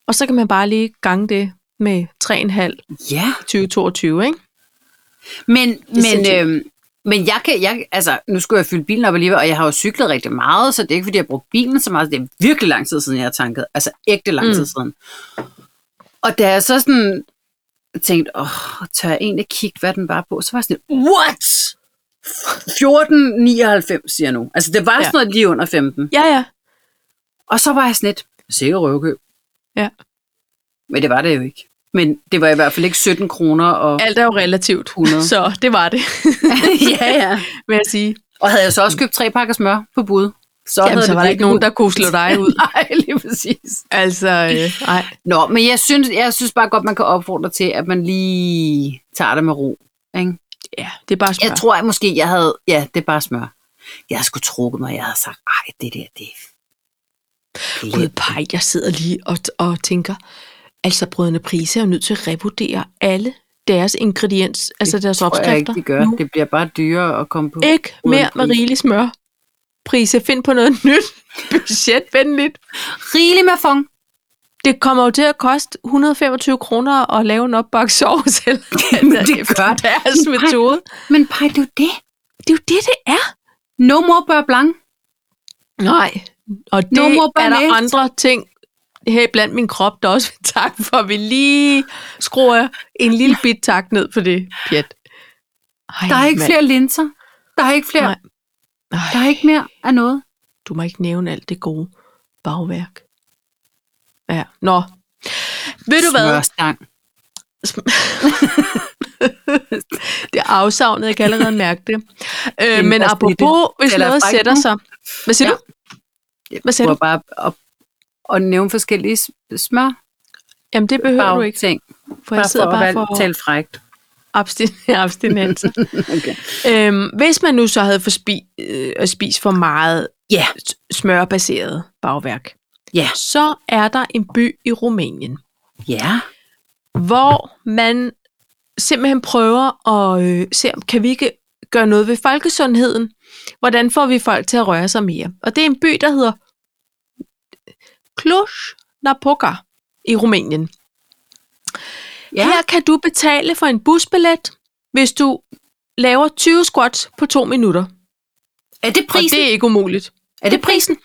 S1: Og så kan man bare lige gange det med 3,5
S2: Ja.
S1: 2022, ikke?
S2: Men, men,
S1: sindssygt.
S2: øh, men jeg kan, jeg, altså, nu skulle jeg fylde bilen op alligevel, og jeg har jo cyklet rigtig meget, så det er ikke, fordi jeg har brugt bilen så meget. Det er virkelig lang tid siden, jeg har tanket. Altså ægte lang
S1: Mm.
S2: tid siden. Og da jeg så sådan tænkte, åh, oh, tør jeg egentlig kigge, hvad den var på? Så var jeg sådan, what? 14,99 siger jeg nu. Altså det var
S1: Ja.
S2: sådan noget lige under 15.
S1: Ja, ja.
S2: Og så var jeg sådan lidt, sikker røvkøb.
S1: Ja.
S2: Men det var det jo ikke. Men det var i hvert fald ikke 17 kroner
S1: [laughs]
S2: og...
S1: Alt er jo relativt.
S2: 100.
S1: [laughs] Så det var det,
S2: ja, ja.
S1: vil jeg sige.
S2: Og havde jeg så også købt tre pakker smør på bud, så
S1: Jamen,
S2: havde
S1: så
S2: det
S1: var der ikke nogen, der
S2: virkelig-
S1: kunne slå dig [laughs] ud.
S2: Nej, lige præcis.
S1: Altså, øh, nej.
S2: Nå, men jeg synes, jeg synes bare godt, man kan opfordre til, at man lige tager det med ro. Ikke?
S1: Ja, det er bare smør.
S2: Jeg tror at måske, jeg havde... Ja, det er bare smør. Jeg skulle trukket mig, jeg havde sagt, ej, det der, det er... det er
S1: Gud,
S2: lidt."
S1: pej, jeg sidder lige og, og tænker, altså brødrene Prise er jo nødt til at revurdere alle deres ingrediens, altså deres
S2: tror jeg
S1: opskrifter.
S2: ikke, det gør.
S1: Nu.
S2: Det bliver bare dyrere at komme på.
S1: Ikke mere med
S2: Brødrene Price.
S1: rigelig smør. Prise, find på noget [laughs] nyt. Budgetvenligt.
S2: Rigelig med fong.
S1: Det kommer jo til at koste 125 kroner at lave en opbagt sovs, [laughs] eller altså,
S2: Jamen, det gør det.
S1: deres
S2: Men pej-
S1: metode.
S2: Men pej, det er jo det.
S1: Det er jo det, det er.
S2: No more beurre blanc.
S1: Nej, og det
S2: Nu må
S1: er
S2: man
S1: der
S2: læse.
S1: andre ting her blandt min krop, der også vil takke for, at vi lige skruer en lille bit tak ned på det pjat. Ej,
S2: Der er ikke
S1: mand.
S2: flere linser. Der er ikke flere.
S1: Nej. Ej,
S2: Der er ikke mere af noget.
S1: Du må ikke nævne alt det gode bagværk. Ja, nå. Ved du hvad?
S2: Smørstang.
S1: Det er afsavnet, jeg kan allerede mærke det. Øh, men
S2: Indre
S1: apropos, hvis
S2: Eller
S1: noget
S2: fræk
S1: sætter
S2: nu.
S1: sig. Hvad siger
S2: Ja.
S1: du? Hvad siger
S2: prøver
S1: du?
S2: bare at, at nævne forskellige s- smør
S1: Jamen, det behøver du ikke,
S2: ting.
S1: for jeg sidder bare for
S2: tale frægt.
S1: abstin- [laughs] abstinenser.
S2: Okay.
S1: Øhm, hvis man nu så havde for spi- øh, spist for meget
S2: Ja.
S1: s- smørbaseret bagværk,
S2: Ja.
S1: så er der en by i Rumænien,
S2: Ja.
S1: hvor man simpelthen prøver at øh, se, om kan vi ikke gøre noget ved folkesundheden? Hvordan får vi folk til at røre sig mere? Og det er en by, der hedder Cluj-Napoca i Rumænien. Ja.
S2: Ja.
S1: Her kan du betale for en busbillet, hvis du laver 20 squats på to minutter.
S2: Er det
S1: Og det er ikke umuligt.
S2: er det prisen?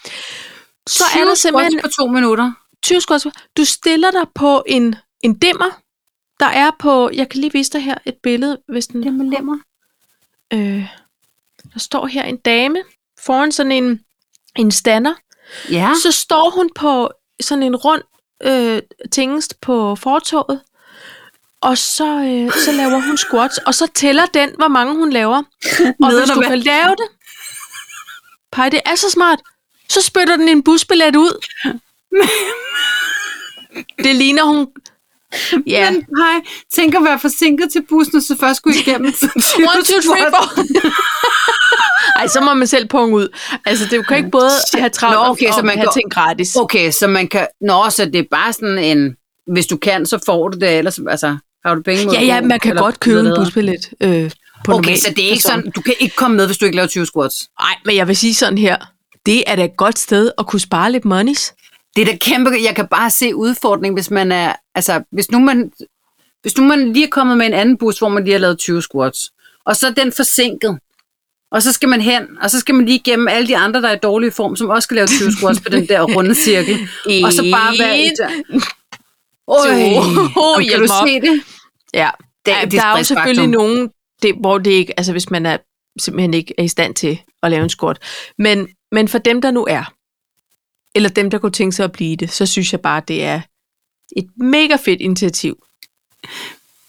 S1: Så er der
S2: 20
S1: simpelthen
S2: squats på to minutter.
S1: 20 squats. Du stiller dig på en, en dimmer, der er på, jeg kan lige vise dig her et billede, hvis den,
S2: Det med lemmer.
S1: øh, der står her en dame foran sådan en, en stander.
S2: Ja.
S1: Så står hun på sådan en rund øh, tingest på fortoget, og så, øh, så laver hun squats, og så tæller den, hvor mange hun
S2: [laughs]
S1: laver. Og hvis
S2: Nederlag.
S1: du kan lave det, pej, det er så smart, så spytter den en busbillet
S2: [laughs]
S1: ud. Det ligner hun... Ja,
S2: Men nej, tænk at være forsinket til bussen, og så først skulle igennem.
S1: [laughs] One, two, three, four. [laughs] Ej, så må man selv punge ud. Altså, det kan ikke både have travlt
S2: Nå,
S1: Nå,
S2: okay,
S1: okay, og,
S2: så
S1: og
S2: man
S1: have
S2: går-
S1: ting gratis.
S2: Okay, så man kan... Nå, så det er bare sådan en... Hvis du kan, så får du det, ellers altså, har du penge mod
S1: Ja, ja,
S2: bogen,
S1: man kan
S2: eller
S1: godt købe
S2: hvad
S1: en
S2: det hedder.
S1: busbillet øh, på
S2: Okay, så det er ikke sådan, du kan ikke komme med, hvis du ikke laver 20 squats.
S1: Nej, men jeg vil sige sådan her. Det er da et godt sted at kunne spare lidt monies.
S2: Det er da kæmpe... Jeg kan bare se udfordringen, hvis man er... Altså, hvis nu man... Hvis nu man lige er kommet med en anden bus, hvor man lige har lavet 20 squats, og så er den forsinket, og så skal man hen, og så skal man lige igennem alle de andre, der er i dårlig form, som også skal lave 20 squats på den der runde cirkel. Og så bare være i der. Øj, Jamen, kan
S1: hjælp
S2: du
S1: mig op.
S2: se det?
S1: Ja,
S2: Det
S1: Ej,
S2: et
S1: der er jo
S2: stressfaktor.
S1: selvfølgelig nogen, det, hvor det ikke, altså hvis man er simpelthen ikke er i stand til at lave en squat. Men, men for dem, der nu er, eller dem, der kunne tænke sig at blive det, så synes jeg bare, det er et mega fedt initiativ.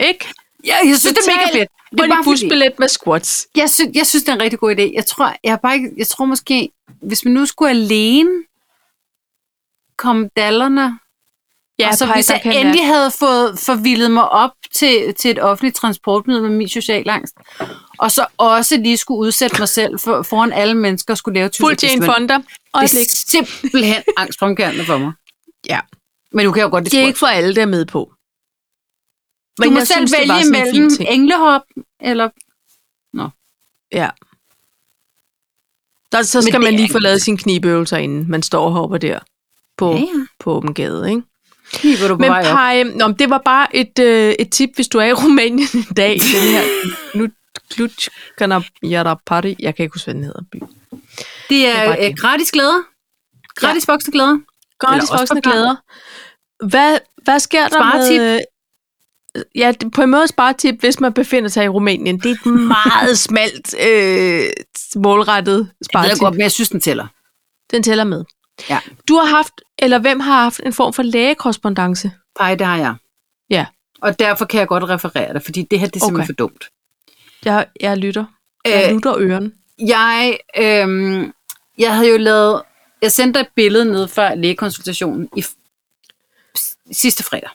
S1: Ikke?
S2: Ja, jeg synes, det er mega
S1: Betal
S2: fedt.
S1: Det er bare en
S2: fordi-
S1: busbillet med squats.
S2: jeg, sy- jeg synes, det er en rigtig god idé. Jeg tror, jeg, har bare ikke, jeg tror måske, hvis man nu skulle alene komme dallerne, ja, og så
S1: Paj,
S2: hvis
S1: der
S2: jeg
S1: kan være-
S2: endelig havde fået forvildet mig op til, til et offentligt transportmiddel med min social angst, og så også lige skulle udsætte mig selv for, foran alle mennesker og skulle lave 20
S1: Fuld Jane Fonda.
S2: Det
S1: Øjeblik.
S2: er simpelthen [laughs] angstfremkaldende for mig.
S1: Ja.
S2: Men du kan jo godt
S1: Det er
S2: squat.
S1: ikke for alle, der er med på.
S2: Du må selv
S1: det var
S2: vælge
S1: sådan en fin
S2: mellem
S1: ting.
S2: englehop eller...
S1: Ja. Der, så
S2: Men
S1: skal
S2: det
S1: man
S2: er
S1: lige
S2: en-
S1: få lavet sine knibøvelser, inden man står og hopper der på, ja, ja. på åben gade, ikke?
S2: Kniber du på
S1: Men
S2: vej op?
S1: Paj, nå, men det var bare et, øh, et tip, hvis du er i [laughs] Rumænien en dag i den her Knut Cluj Party. Jeg kan ikke huske, hvad den hedder. by.
S2: Det
S1: Det er
S2: er
S1: bare
S2: øh,
S1: det.
S2: gratis glæder. Gratis ja. voksne glæder.
S1: Gratis
S2: også
S1: voksne
S2: program.
S1: glæder. Hvad, hvad sker der
S2: Sparetip.
S1: med... øh, Ja, det- på en måde sparetip, hvis man befinder sig i Rumænien. Det er et meget [laughs] smalt, øh, målrettet
S2: Jeg ved
S1: sparetip.
S2: godt, men jeg synes, den tæller.
S1: Den tæller med.
S2: Ja.
S1: Du har haft, eller hvem har haft en form for lægekorrespondence?
S2: Nej, det har jeg.
S1: Ja.
S2: Og derfor kan jeg godt referere det, fordi det her det er simpelthen
S1: Okay.
S2: for dumt.
S1: Jeg, jeg lytter. Jeg
S2: Øh,
S1: lytter øren.
S2: jeg, øhm, jeg havde jo lavet... Jeg sendte dig et billede ned fra lægekonsultationen i f- sidste fredag.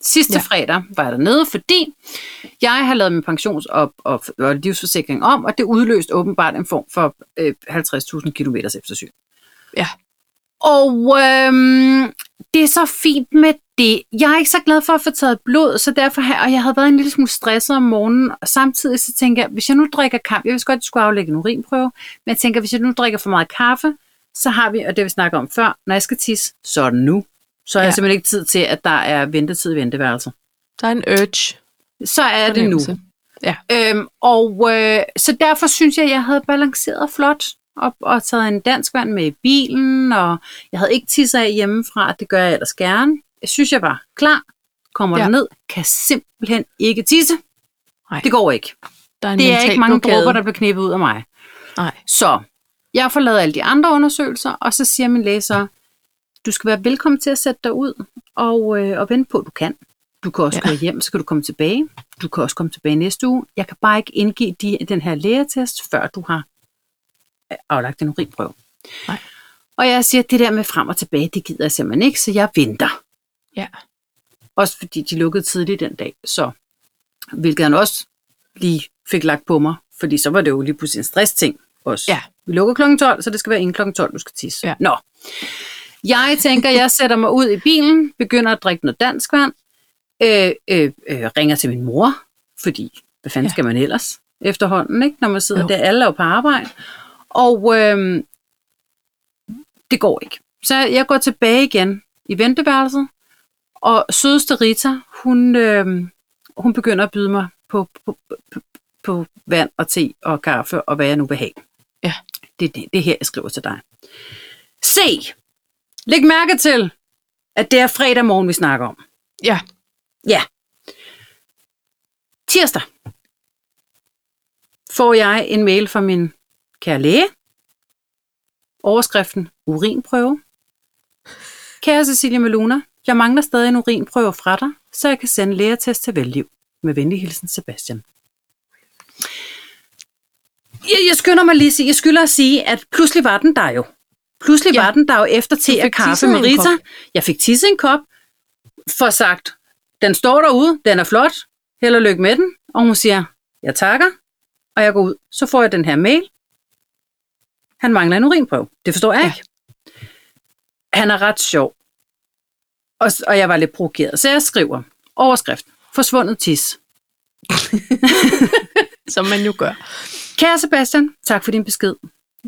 S2: Sidste
S1: Ja.
S2: ja. fredag var jeg dernede, fordi jeg har lavet min pensions- og, og, og livsforsikring om, og det udløste åbenbart en form for øh, 50.000 km eftersyn.
S1: Ja.
S2: Og øhm, det er så fint med det. Jeg er ikke så glad for at få taget blod, så derfor har, og jeg havde været en lille smule stresset om morgenen, og samtidig så tænker jeg, hvis jeg nu drikker kaffe, jeg vidste godt, at jeg skulle aflægge en urinprøve, men jeg tænker, hvis jeg nu drikker for meget kaffe, så har vi, og det vi snakker om før, når jeg skal tisse, så er det nu. Så har ja.
S1: Ja.
S2: jeg simpelthen ikke tid til, at der er ventetid i venteværelset.
S1: Der er en urge.
S2: Så er det nu.
S1: Ja.
S2: Øhm, og øh, så derfor synes jeg, at jeg havde balanceret flot og, og taget en dansk vand med i bilen, og jeg havde ikke tisset af hjemmefra, det gør jeg ellers gerne. Jeg synes, jeg var klar, kommer
S1: Ja.
S2: ja. ned, kan simpelthen ikke tisse.
S1: Nej.
S2: Det går ikke.
S1: Der er en
S2: Det er
S1: mental
S2: ikke mange
S1: blokade.
S2: dråber, der bliver knippet ud af mig.
S1: Nej.
S2: Så jeg får lavet alle de andre undersøgelser, og så siger min læge så, du skal være velkommen til at sætte dig ud og, øh, og vente på, at du kan. Du kan også
S1: Ja.
S2: ja. gå hjem, så kan du komme tilbage. Du kan også komme tilbage næste uge. Jeg kan bare ikke indgive de, den her lægetest, før du har øh, aflagt en urinprøve.
S1: Nej.
S2: Og jeg siger, det der med frem og tilbage, det gider jeg simpelthen ikke, så jeg venter.
S1: Ja.
S2: Også fordi de lukkede tidligt den dag, så hvilket han også lige fik lagt på mig, fordi så var det jo lige pludselig en stressting også.
S1: Ja.
S2: Vi lukker kl. 12, så det skal være inden kl. 12, du skal tisse.
S1: Ja.
S2: Nå. Jeg tænker, jeg sætter mig ud i bilen, begynder at drikke noget dansk vand, øh, øh, øh, ringer til min mor, fordi hvad fanden
S1: Ja.
S2: ja. skal man ellers efterhånden, ikke? når man sidder
S1: Jo.
S2: jo. der, alle er jo på arbejde. Og øh, det går ikke. Så jeg går tilbage igen i venteværelset, og sødeste Rita, hun, øh, hun begynder at byde mig på, på, på, på vand og te og kaffe og hvad jeg nu vil have.
S1: Ja.
S2: Det er det, det er her, jeg skriver til dig. Se! Læg mærke til, at det er fredag morgen, vi snakker om.
S1: Ja.
S2: Ja. Tirsdag får jeg en mail fra min kære læge. Overskriften urinprøve. Kære Cecilia Meluna, jeg mangler stadig en urinprøve fra dig, så jeg kan sende lægetest til Velliv. Med venlig hilsen, Sebastian. Jeg, jeg skynder mig lige at sige, jeg skylder at sige, at pludselig var den der jo. Pludselig
S1: Ja.
S2: ja. var den der jo efter te og
S1: fik
S2: kaffe
S1: tisset i
S2: med
S1: en
S2: Rita.
S1: kop.
S2: Jeg fik tisset i en kop, for sagt, den står derude, den er flot, held og lykke med den. Og hun siger, jeg takker, og jeg går ud. Så får jeg den her mail. Han mangler en urinprøve. Det forstår jeg
S1: Ja.
S2: ja. ikke. Han er ret sjov. Og, s- og jeg var lidt provokeret, så jeg skriver overskrift. Forsvundet tis.
S1: Som man jo gør.
S2: Kære Sebastian, tak for din besked.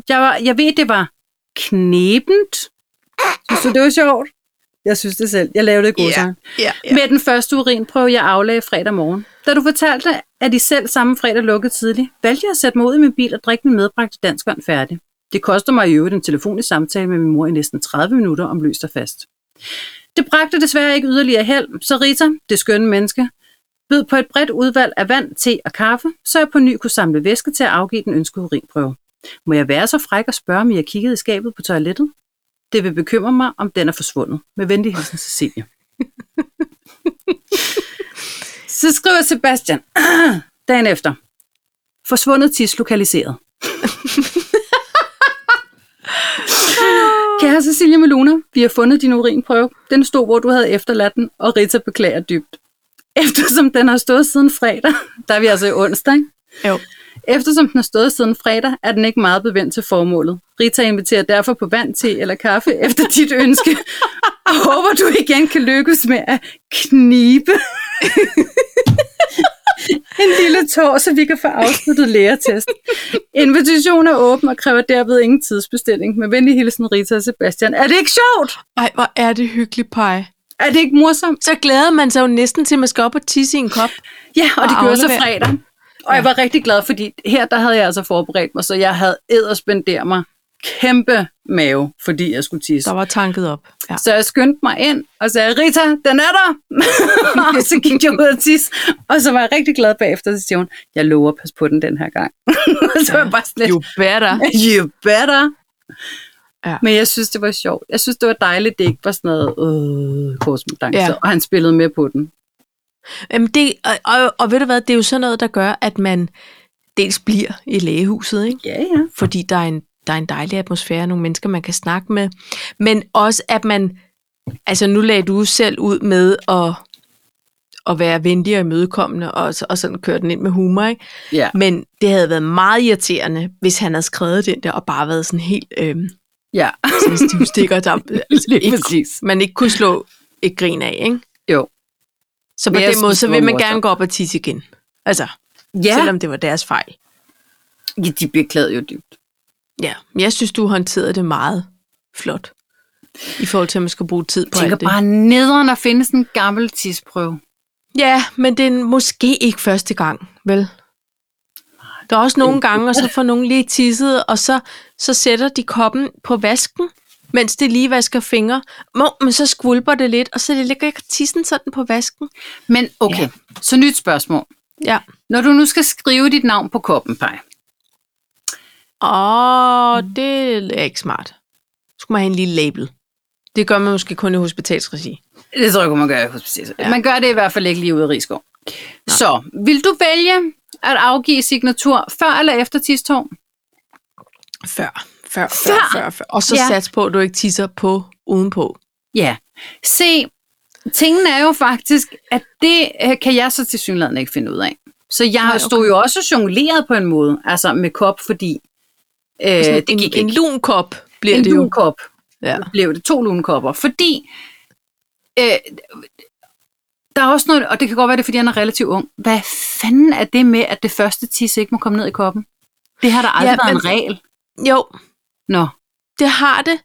S2: Jeg, var, jeg ved, det var knebent. Synes du, det var sjovt? Jeg synes det selv. Jeg lavede det gode
S1: Ja,
S2: sang.
S1: Ja,
S2: Ja. Med den første urinprøve, jeg aflagde fredag morgen. Da du fortalte, at I selv samme fredag lukkede tidligt, valgte jeg at sætte mig ud i min bil og drikke min medbragte dansk vand færdig. Det koster mig i øvrigt en telefonisk samtale med min mor i næsten 30 minutter om løst og fast. Det bragte desværre ikke yderligere held, så Rita, det skønne menneske, bød på et bredt udvalg af vand, te og kaffe, så jeg på ny kunne samle væske til at afgive den ønskede urinprøve. Må jeg være så fræk og spørge, om I har kigget i skabet på toilettet? Det vil bekymre mig, om den er forsvundet. Med venlig hilsen, Cecilia. så skriver Sebastian [clears throat] dagen efter. Forsvundet tis lokaliseret. Kære Cecilia Meluna, vi har fundet din urinprøve. Den stod, hvor du havde efterladt den, og Rita beklager dybt. Eftersom den har stået siden fredag, [laughs] der er vi altså i onsdag, ikke?
S1: Jo.
S2: Eftersom den har stået siden fredag, er den ikke meget bevendt til formålet. Rita inviterer derfor på vand, te eller kaffe [laughs] efter dit ønske, og håber, du igen kan lykkes med at knibe [laughs] en lille tår, så vi kan få afsluttet læretest. Invitationen er åben og kræver derved ingen tidsbestilling. Med venlig hilsen, Rita og Sebastian. Er det ikke sjovt?
S1: Ej, hvor er det hyggeligt, Paj.
S2: Er det ikke morsomt?
S1: Så glæder man sig jo næsten til, at man skal op og tisse i en kop.
S2: Ja,
S1: Og
S2: og, og det gjorde så
S1: aflevere.
S2: fredag. Og
S1: Ja.
S2: ja. jeg var rigtig glad, fordi her der havde jeg altså forberedt mig, så jeg havde edderspenderet mig kæmpe mave, fordi jeg skulle tisse.
S1: Der var tanket op. Ja.
S2: Så jeg skyndte mig ind og sagde, Rita, den er der! [laughs] og så gik jeg ud og tisse, og så var jeg rigtig glad bagefter, så siger hun, jeg lover, pas på den den her gang. [laughs] og så var jeg bare sådan lidt,
S1: You better.
S2: you better!
S1: Ja.
S2: Ja. Men jeg synes, det var sjovt. Jeg synes, det var dejligt, det ikke var sådan noget øh, korsmodance,
S1: Ja.
S2: ja. og han spillede med på den.
S1: Jamen det, og, og, og ved du hvad, det er jo sådan noget, der gør, at man dels bliver i lægehuset, ikke?
S2: Ja, ja.
S1: fordi der er, en, der er en dejlig atmosfære, nogle mennesker, man kan snakke med, men også, at man, altså nu lagde du selv ud med at, at være venlig og imødekommende, og, så- og sådan køre den ind med humor, ikke?
S2: ja.
S1: men det havde været meget irriterende, hvis han havde skrevet den der, og bare været sådan helt øh,
S2: ja.
S1: sådan en stivstikker, der altså,
S2: Lige
S1: ikke,
S2: præcis.
S1: man ikke kunne slå et grin af, ikke?
S2: [laughs] Jo.
S1: Så på
S2: Men jeg
S1: den
S2: synes,
S1: måde, så
S2: det
S1: vil
S2: var
S1: man
S2: morsomt.
S1: gerne gå op og tisse igen. Altså, ja.
S2: Ja,
S1: selvom det var deres fejl.
S2: ja de beklagede jo dybt.
S1: Ja, men jeg synes, du håndterede det meget flot. I forhold til, at man skal bruge tid på
S2: Jeg tænker
S1: alt det.
S2: bare, nederen at finde sådan en gammel tidsprøve.
S1: Ja, men det er måske ikke første gang, vel? Der er også nogle gange, og så får nogen lige tisset, og så, så sætter de koppen på vasken, mens det lige vasker fingre. Må, men så skvulper det lidt, og så ligger tissen sådan på vasken.
S2: Men okay, ja. så nyt spørgsmål.
S1: Ja.
S2: Når du nu skal skrive dit navn på koppen, Paj,
S1: Åh,
S2: Mm.
S1: det er ikke smart. Skulle man have en lille label. Det gør man måske kun i hospitalsregi.
S2: det tror jeg, man gør i hospitalet. Ja. Man gør det i hvert fald ikke lige ude i Rigskov. Så, vil du vælge at afgive signatur før eller efter tistår?
S1: Før. Før,
S2: Før?
S1: før, før. Og så ja.
S2: Ja.
S1: sats på, at du ikke tisser på udenpå.
S2: Ja. Se, tingen er jo faktisk, at det øh, kan jeg så til synligheden ikke finde ud af. Så jeg
S1: Nej,
S2: Nej, okay. stod jo også jongleret på en måde, altså med kop, fordi øh, det
S1: Ligesom en,
S2: gik ikke.
S1: en lun kop bliver
S2: en
S1: det jo.
S2: lunkop.
S1: Ja.
S2: blev det to lunkopper, fordi øh, der er også noget, og det kan godt være, det er, fordi han er relativt ung. Hvad fanden er det med, at det første tisse ikke må komme ned i koppen? Det har der aldrig
S1: Ja,
S2: ja, været
S1: men-
S2: en regel.
S1: Jo,
S2: Nå,
S1: det har det.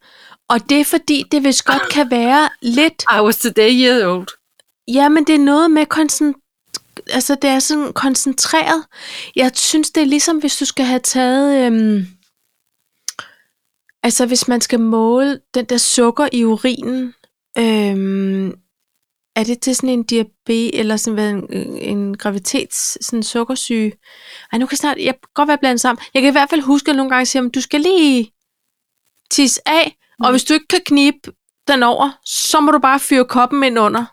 S1: Og det er fordi, det vist godt kan være lidt...
S2: I was today year old.
S1: Jamen, det er noget med koncentration. Altså, det er sådan koncentreret. Jeg synes, det er ligesom, hvis du skal have taget... Øhm, altså, hvis man skal måle den der sukker i urinen. Øhm, er det til sådan en diabetes, eller sådan hvad, en, en gravitets, sådan en sukkersyge? Ej, nu kan jeg snart, jeg kan godt være blandet sammen. Jeg kan i hvert fald huske, at nogle gange siger, man, du skal lige tisse af, mm. og hvis du ikke kan knibe den over, så må du bare fyre koppen ind under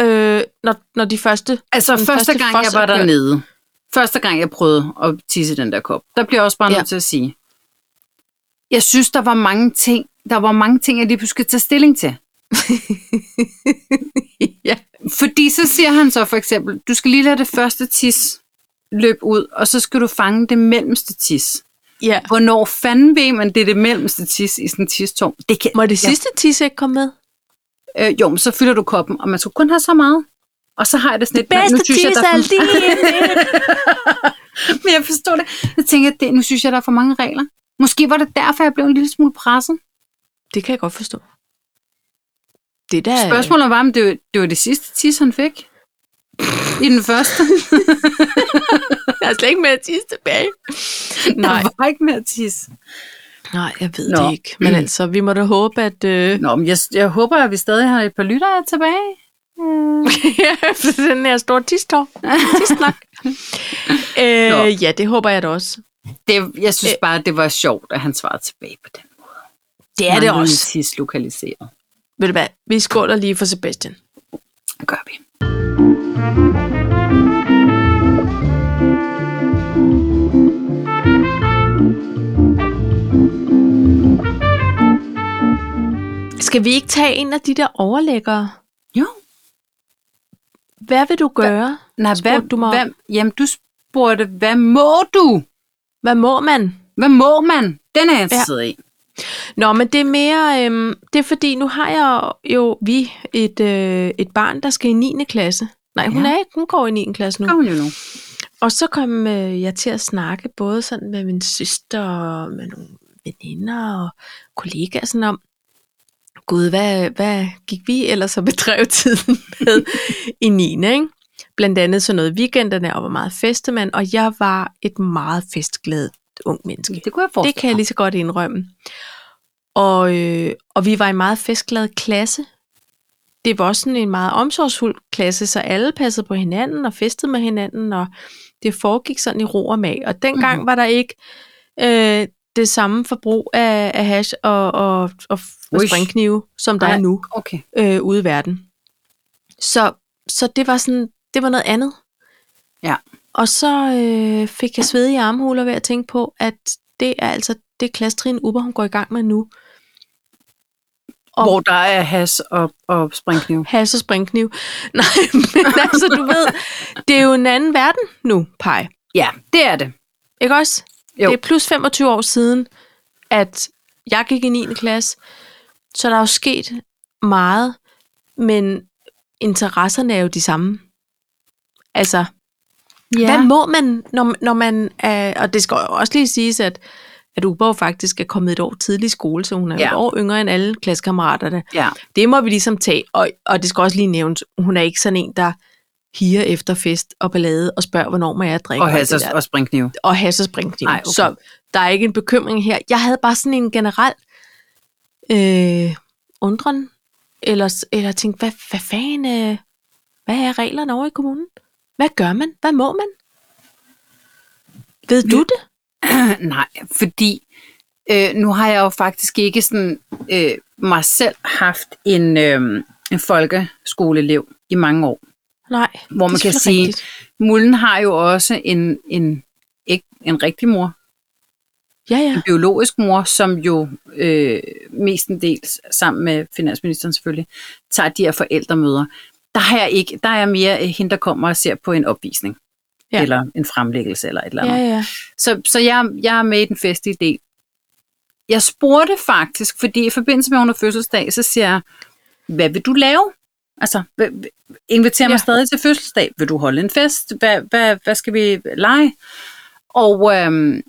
S1: øh, når, når de første...
S2: Altså
S1: Den
S2: den
S1: første
S2: første gang, jeg
S1: fosse
S2: var
S1: kørte.
S2: dernede, første gang, jeg prøvede at tisse i den der kop, der bliver jeg også bare
S1: Ja.
S2: nødt til at sige, jeg synes, der var mange ting, der var mange ting, jeg lige pludselig skal tage stilling til.
S1: [laughs] Ja.
S2: Fordi så siger han så for eksempel, du skal lige lade det første tis løbe ud, og så skal du fange det mellemste tis.
S1: ja.
S2: Hvornår fanden ved man, det er det mellemste tis i sådan en tistorm? Det kan,
S1: Må det sidste tisse ikke komme med?
S2: øh, jo, men så fylder du koppen, og man skulle kun have så meget. Og så har jeg det sådan lidt, "Nå,
S1: Bedste tisse
S2: der
S1: er
S2: er
S1: lige lidt.
S2: for, [laughs] men jeg forstår det. Jeg tænker, at det, nu synes jeg, der er for mange regler. Måske var det derfor, jeg blev en lille smule presset.
S1: [laughs] Det kan jeg godt forstå. Det der...
S2: Spørgsmålet var, om det, var- det var det sidste tis, han fik. I den [laughs] første.
S1: Jeg er slet ikke med at tisse tilbage. Nej,
S2: Der var ikke mere tis.
S1: nej, jeg ved Nå.
S2: Nå.
S1: det ikke. Men altså, vi må da håbe, at... [laughs] Øh,
S2: Nå, men jeg, jeg håber, at vi stadig har et par lyttere tilbage.
S1: efter den her store tistår. Tisnak.
S2: Nå.
S1: øh, ja, det håber jeg da også.
S2: Det, jeg synes bare, det var sjovt, at han svarede tilbage på den.
S1: Det er det
S2: Manglende
S1: også.
S2: tis lokaliseret.
S1: Ved du hvad? Vi skåler lige for Sebastian.
S2: Det gør vi.
S1: Skal vi ikke tage en af de der overlæggere?
S2: Jo.
S1: Hvad vil du gøre?
S2: Nej,
S1: Spurgte
S2: hvad,
S1: du mig om?
S2: hvad, jamen, du spurgte, hvad må du?
S1: Hvad må man?
S2: Hvad må man? Den er jeg interesseret ja. i.
S1: Nå, men det er mere, øhm, det er fordi, nu har jeg jo, vi, et, øh, et barn, der skal i 9. klasse. Nej, hun,
S2: Ja.
S1: er ikke, hun går i 9. klasse nu.
S2: Kom jo nu.
S1: Og så kom øh, jeg til at snakke både sådan med min søster og med nogle veninder og kollegaer sådan om, gud, hvad, hvad gik vi ellers og bedrev tiden [laughs] med i 9. Ikke? Blandt andet sådan noget weekenderne, og var meget festemand, og jeg var et meget festglad ung menneske.
S2: Det kunne jeg forestille
S1: Det kan jeg lige så godt indrømme. Og, øh, og vi var en meget festglad klasse. Det var også sådan en meget omsorgsfuld klasse, så alle passede på hinanden og festede med hinanden, og det foregik sådan i ro og mag. Og dengang mm-hmm. var der ikke øh, det samme forbrug af, af hash og, og, og, og
S2: Uish.
S1: springknive, som der
S2: Nej.
S1: er nu
S2: mig. Okay.
S1: øh, ude i verden. Så, så det var sådan, det var noget andet.
S2: Ja.
S1: Og så øh, fik jeg svedige armhuler ved at tænke på, at det er altså det klassetrin Uber, hun går i gang med nu. Og-
S2: Hvor der er has og, og springkniv.
S1: Has og springkniv. [laughs] Nej, men altså, du ved, det er jo en anden verden nu, Pej.
S2: Ja, det er det.
S1: Ikke også?
S2: Jo.
S1: Det er plus 25 år siden, at jeg gik i 9. klasse. Så der er jo sket meget, men interesserne er jo de samme. Altså,
S2: Ja.
S1: Hvad må man, når, når man er, og det skal jo også lige siges, at, at Uborg faktisk er kommet et år tidlig i skole, så hun er ja.
S2: Ja.
S1: et år yngre end alle klassekammeraterne.
S2: ja.
S1: Det må vi ligesom tage, og, og det skal også lige nævnes, hun er ikke sådan en, der higer efter fest og ballade og spørger, hvornår må jeg drikke.
S2: Og has
S1: alt det
S2: og,
S1: der.
S2: og springkniv.
S1: og Hasse Sprinkling.
S2: Nej, okay.
S1: Så der er ikke en bekymring her. Jeg havde bare sådan en generel øh, undren, eller, eller tænkt, hvad, hvad fanden, øh, hvad er reglerne over i kommunen? Hvad gør man? Hvad må man? Ved du det?
S2: Øh, Nej, fordi øh, nu har jeg jo faktisk ikke sådan øh, mig selv haft en, øh, en folkeskoleelev i mange år.
S1: Nej.
S2: Hvor man
S1: det er
S2: kan sige,
S1: selvfølgelig
S2: rigtigt. Mullen har jo også en, en, ikke en rigtig mor,
S1: Ja, ja.
S2: en biologisk mor, som jo øh, mestendels sammen med finansministeren selvfølgelig, tager de her forældremøder. Der, har jeg ikke, der er jeg mere øh, hende, der kommer og ser på en opvisning,
S1: Ja.
S2: ja. eller en fremlæggelse, eller et eller andet.
S1: Ja, ja.
S2: Så, så jeg, jeg er med i den festlige del. Jeg spurgte faktisk, fordi i forbindelse med, at hun har fødselsdag, så siger jeg, hvad vil du lave? Altså, hva- hva- inviterer mig
S1: Ja.
S2: ja. stadig til fødselsdag. Vil du holde en fest? Hvad, hvad, hvad skal vi lege? Og, øhm,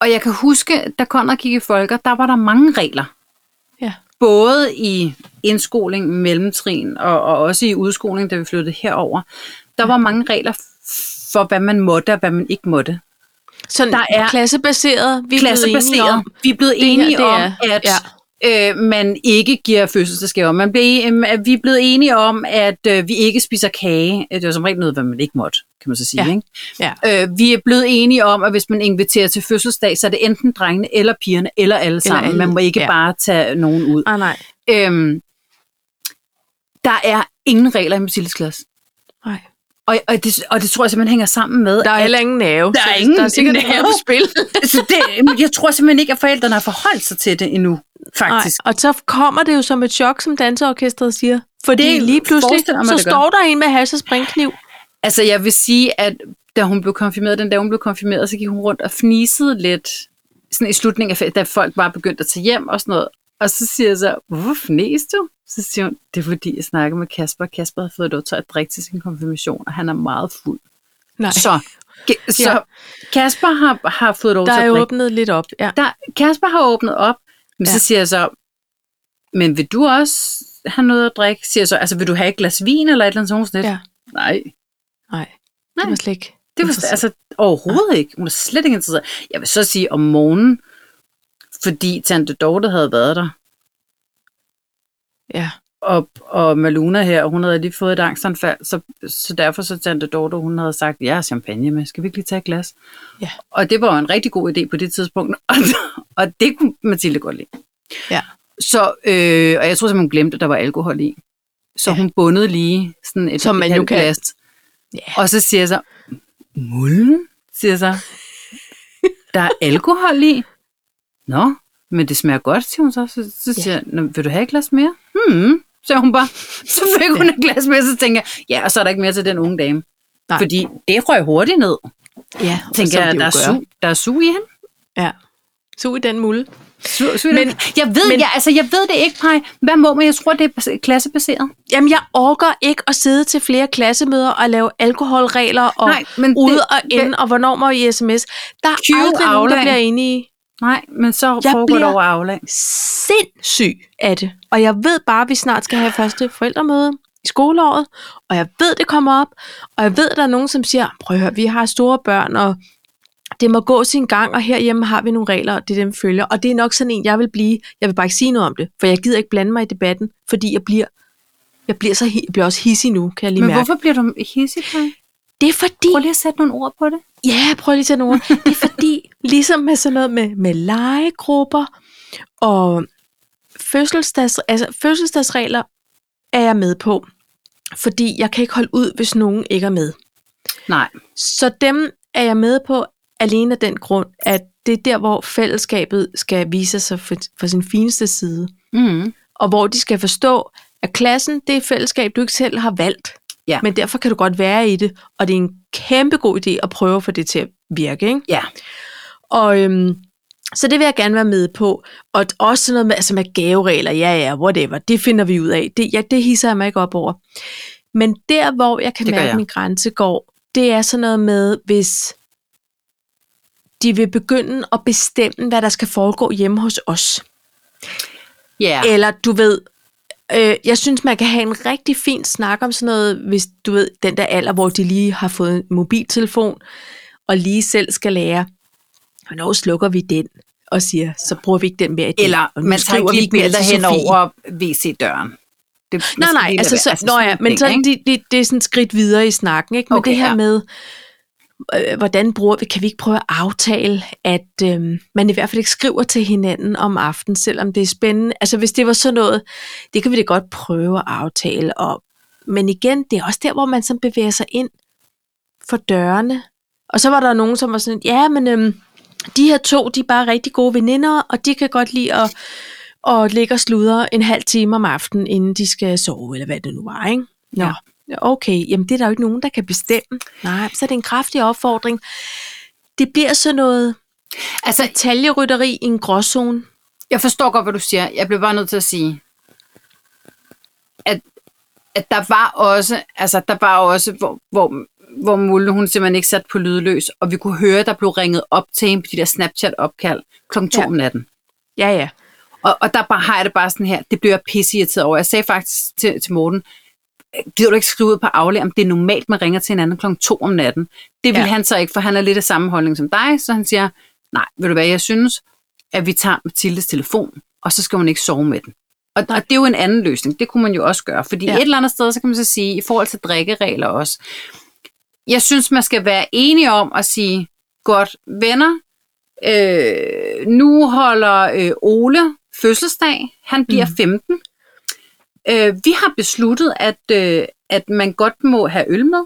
S2: og jeg kan huske, da Conrad gik i folker, der var der mange regler
S1: Ja.
S2: både i indskoling, mellemtrin og, og også i udskoling, da vi flyttede herover, der var mange regler f- for, hvad man måtte og hvad man ikke måtte.
S1: Sådan
S2: Der er-
S1: klassebaseret, vi er blevet enige
S2: Klassebaseret.
S1: om.
S2: Vi er blevet
S1: her,
S2: enige
S1: det
S2: om,
S1: er-
S2: at ja. øh, man ikke giver fødselsdagsgaver. Man blev, øh, vi er blevet enige om, at øh, vi ikke spiser kage. Øh, Det var som regel noget, hvad man ikke måtte, kan man så sige.
S1: Ja.
S2: Ikke?
S1: Ja.
S2: Øh, vi er blevet enige om, at hvis man inviterer til fødselsdag, så er det enten drengene eller pigerne, eller alle sammen.
S1: alle.
S2: Man må ikke
S1: Ja.
S2: ja. bare tage nogen ud.
S1: Ah, nej.
S2: Øhm, der er ingen regler i Mathildes klasse.
S1: nej.
S2: Og, og, det, og det tror jeg simpelthen hænger sammen med,
S1: Der er heller ingen nerve.
S2: Der er
S1: så hvis
S2: ingen
S1: der er sikkert
S2: nerve.
S1: nerve på
S2: [laughs]
S1: spil.
S2: at, [laughs] så det, jamen, jeg tror simpelthen ikke, at forældrene har forholdt sig til det endnu, faktisk.
S1: Nej, og så kommer det jo som et chok, som danseorkestret siger. Fordi det
S2: Det
S1: lige pludselig,
S2: forestiller mig,
S1: så
S2: det gør.
S1: står der en med has og springkniv.
S2: Nej. Altså, jeg vil sige, at da hun blev konfirmeret, den dag hun blev konfirmeret, så gik hun rundt og fnisede lidt, sådan i slutningen af, fe- da folk bare begyndte at tage hjem og sådan noget. Og så siger jeg så, hvorfor fnæs du? Så siger hun, det er fordi, jeg snakker med Kasper. Kasper har fået lov til at drikke til sin konfirmation, og han er meget fuld.
S1: Nej,
S2: Så, ge- så
S1: Ja.
S2: Kasper har, har fået lov
S1: der
S2: til at
S1: er
S2: drikke.
S1: jo åbnet lidt op. Ja.
S2: der, Kasper har åbnet op, men
S1: Ja.
S2: ja. så siger jeg så, men vil du også have noget at drikke? Siger jeg så, altså vil du have et glas vin eller et eller andet sådan noget?
S1: Ja.
S2: Nej,
S1: Nej, det
S2: Nej.
S1: var slet ikke
S2: det var
S1: interessant.
S2: altså overhovedet ikke. Hun er slet ikke interesseret. Jeg vil så sige om morgenen, fordi Tante Dorte havde været der,
S1: Ja.
S2: og, og Maluna her, og hun havde lige fået et angstanfald, så, så derfor så Tante Dorte, hun havde sagt, jeg har champagne med, skal vi ikke lige tage et glas?
S1: Ja.
S2: Og det var jo en rigtig god idé på det tidspunkt, [laughs] og, og det kunne Mathilde godt lide.
S1: Ja.
S2: Så, øh, og jeg tror simpelthen, hun glemte, at der var alkohol i. Så
S1: Ja.
S2: ja. hun bundede lige sådan et,
S1: Som
S2: et
S1: man jo
S2: halvt
S1: kan.
S2: glas.
S1: Ja.
S2: Og så siger jeg så, mulden,
S1: [laughs]
S2: siger jeg så, der er alkohol i. Nå, men det smager godt, siger hun så. Så, så
S1: Ja.
S2: siger jeg, "Nå, vil du have et glas mere? Hmm, så hun bare. [laughs] Så fik hun et glas mere, så tænker jeg, ja, og så er der ikke mere til den unge dame.
S1: Nej.
S2: Nej. Fordi det røg hurtigt ned,
S1: ja,
S2: tænker jeg,
S1: det
S2: der er,
S1: su.
S2: su, der er su i hende.
S1: Ja. Su i den mulde.
S2: Su, su i
S1: Men-
S2: men, jeg ved,
S1: men-
S2: men, jeg, altså, jeg ved det ikke, Paj. Hvad må man? Jeg tror, det er bas- klassebaseret.
S1: Jamen, jeg orker ikke at sidde til flere klassemøder og lave alkoholregler og
S2: Nej, men
S1: ude
S2: det-
S1: og inde, og hvornår må I sms. Der er
S2: Cue
S1: aldrig nogen, der
S2: Aula.
S1: bliver enige.
S2: Nej, men så jeg
S1: Jeg
S2: foregår
S1: bliver-
S2: det over Aula.
S1: sindssyg af det. Og jeg ved bare, at vi snart skal have første forældremøde i skoleåret, og jeg ved, det kommer op, og jeg ved, at der er nogen, som siger, prøv at høre, vi har store børn, og det må gå sin gang, og herhjemme har vi nogle regler, og det er dem vi følger. Og det er nok sådan en, jeg vil blive. Jeg vil bare ikke sige noget om det, for jeg gider ikke blande mig i debatten, fordi jeg bliver, jeg bliver, så, hi- jeg bliver også hissig nu, kan jeg lige
S2: Men
S1: mærke.
S2: hvorfor bliver du hissig? Karin?
S1: Det er fordi,
S2: Prøv lige at sætte nogle ord på det.
S1: Ja, prøv lige at sætte nogle ord. Det er fordi, ligesom med sådan noget med, med legegrupper og fødselsdags, altså fødselsdagsregler, er jeg med på. Fordi jeg kan ikke holde ud, hvis nogen ikke er med.
S2: Nej.
S1: Så dem er jeg med på alene af den grund, at det er der, hvor fællesskabet skal vise sig for, for sin fineste side.
S2: Mm.
S1: Og hvor de skal forstå, at klassen, det er et fællesskab, du ikke selv har valgt.
S2: Ja.
S1: Men derfor kan du godt være i det, og det er en kæmpe god idé at prøve at få det til at virke. Ikke?
S2: Ja.
S1: Og øhm, så det vil jeg gerne være med på. Og også sådan noget med, altså med gaveregler, ja ja, whatever, det finder vi ud af. Det, ja, det hisser jeg mig ikke op over. Men der, hvor jeg kan
S2: Det gør
S1: mærke,
S2: jeg.
S1: at min grænse går, det er sådan noget med, hvis de vil begynde at bestemme, hvad der skal foregå hjemme hos os.
S2: Ja.
S1: Ja. Eller du ved, øh, jeg synes, man kan have en rigtig fin snak om sådan noget, hvis du ved, den der alder, hvor de lige har fået en mobiltelefon, og lige selv skal lære, hvornår slukker vi den, og siger, så bruger vi ikke den mere i dag,
S2: Eller
S1: og nu
S2: man tager
S1: skriver
S2: ikke
S1: vi mere
S2: lige billeder
S1: til
S2: hen
S1: Sofie.
S2: over WC-døren. Det,
S1: Nej, nej, altså, så, nå ja, men sådan, det, det, det er sådan et skridt videre i snakken, ikke? Men okay,
S2: Okay,
S1: det her
S2: ja.
S1: ja. med, øh, hvordan bruger vi, kan vi ikke prøve at aftale, at øh, man i hvert fald ikke skriver til hinanden om aftenen, selvom det er spændende. Altså hvis det var sådan noget, det kan vi da godt prøve at aftale om. Men igen, det er også der, hvor man sådan bevæger sig ind for dørene. Og så var der nogen, som var sådan, ja, men øhm, de her to, de er bare rigtig gode veninder, og de kan godt lide at, at ligge og sludre en halv time om aftenen, inden de skal sove, eller hvad det nu var, ikke? Nå,
S2: Ja.
S1: ja. okay, jamen det er der jo ikke nogen, der kan bestemme. Nej, så er det en kraftig opfordring. Det bliver sådan noget
S2: Altså,
S1: taljerytteri i en gråzone.
S2: jeg forstår godt, hvad du siger. Jeg bliver bare nødt til at sige, at, at der var også, altså, der var også, hvor, hvor, hvor Mulle, hun simpelthen ikke sat på lydløs, og vi kunne høre, der blev ringet op til hende på de der Snapchat-opkald kl. 2
S1: Ja.
S2: om natten.
S1: Ja, ja.
S2: Og, og der bare, har jeg det bare sådan her, det bliver jeg pisseirriteret over. Jeg sagde faktisk til, til Morten, gider du ikke skrive ud på aflæg, om det er normalt, man ringer til hinanden klokken 2 om natten. Det vil ja.
S1: Ja.
S2: han så ikke, for han er lidt af samme holdning som dig, så han siger, nej, vil du hvad, jeg synes, at vi tager Mathildes telefon, og så skal hun ikke sove med den. Og, og det er jo en anden løsning, det kunne man jo også gøre, fordi ja.
S1: Ja.
S2: et eller andet sted, så kan man så sige, i forhold til drikkeregler også, jeg synes, man skal være enige om at sige, godt venner, øh, nu holder øh, Ole fødselsdag, han bliver mm. 15. Øh, vi har besluttet, at, øh, at man godt må have øl med,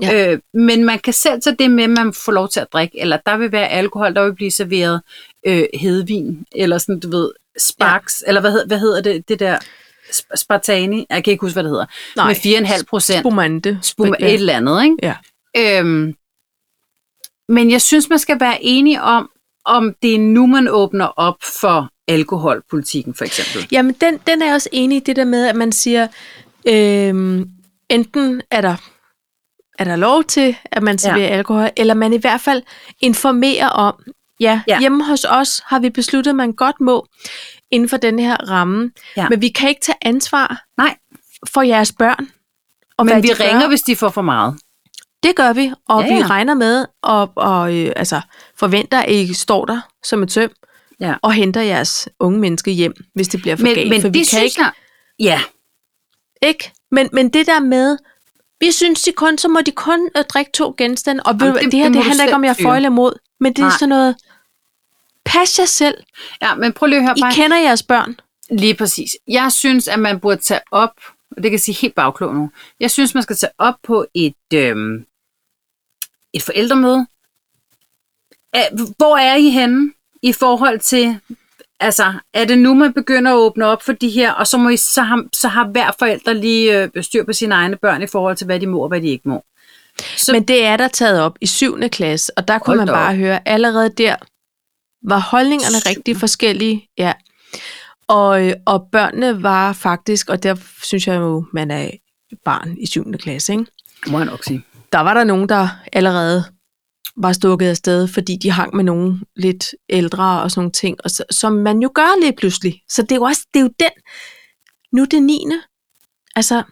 S2: ja.
S1: Ja.
S2: øh, men man kan selv tage det med, man får lov til at drikke, eller der vil være alkohol, der vil blive serveret øh, hedvin, eller sådan, du ved, sparks, ja. eller hvad, hed- hvad hedder det, det der sp- spartani, jeg kan ikke huske, hvad det hedder, Nej.
S1: Nej.
S2: med 4,5 procent
S1: Spumante.
S2: spum et eller andet, ikke?
S1: Ja.
S2: Øhm, men jeg synes, man skal være enig om, om det er nu, man åbner op for alkoholpolitikken, for eksempel.
S1: Jamen, den, den er jeg også enig i, det der med, at man siger, øhm, enten er der, er der lov til, at man serverer ja. alkohol, eller man i hvert fald informerer om, ja,
S2: Ja.
S1: ja, hjemme hos os har vi besluttet, at man godt må inden for den her ramme,
S2: Ja.
S1: ja. men vi kan ikke tage ansvar
S2: Nej.
S1: for jeres børn. Og
S2: Men
S1: hvad
S2: vi
S1: de
S2: ringer,
S1: gør.
S2: hvis de får for meget.
S1: Det gør vi, og
S2: Ja,
S1: ja, ja. vi
S2: ja.
S1: regner med og, og øh, altså, forventer, at I står der som et søm
S2: Ja.
S1: og henter jeres unge menneske hjem, hvis det bliver for
S2: Men,
S1: galt.
S2: men
S1: for
S2: det
S1: vi kan
S2: synes
S1: ikke
S2: jeg... Ja,
S1: Ikke? Men, men det der med, vi synes de kun, så må de kun øh, drikke to genstande, og
S2: Jamen,
S1: Jamen,
S2: det-
S1: det, det her,
S2: det
S1: det
S2: må du
S1: handler
S2: selv
S1: ikke om, jeg er
S2: styre.
S1: for eller imod, men det er
S2: Nej.
S1: sådan noget, pas jer selv,
S2: ja, men prøv lige at høre
S1: I
S2: bare.
S1: kender jeres børn.
S2: Lige præcis. Jeg synes, at man burde tage op, og det kan jeg sige helt bagklog nu, jeg synes, man skal tage op på et, øhm, et forældremøde. Æh, Hvor er I henne i forhold til, altså, er det nu, man begynder at åbne op for de her, og så, må I, så, har, så har hver forælder lige øh, styr på sine egne børn i forhold til, hvad de må og hvad de ikke må. Så-
S1: Så... Men det er der taget op i 7. klasse, og der kunne
S2: Hold
S1: man
S2: da
S1: bare
S2: op.
S1: høre, allerede der var holdningerne
S2: Syvende.
S1: rigtig forskellige. Ja. Og, øh, og børnene var faktisk, og der synes jeg jo, man er barn i 7. klasse, ikke?
S2: Må jeg nok sige.
S1: der var der nogen, der allerede var stukket afsted, fordi de hang med nogle lidt ældre og sådan nogle ting, og så, som man jo gør lige pludselig. Så det er jo også, det er jo den, nu er det 9. Altså,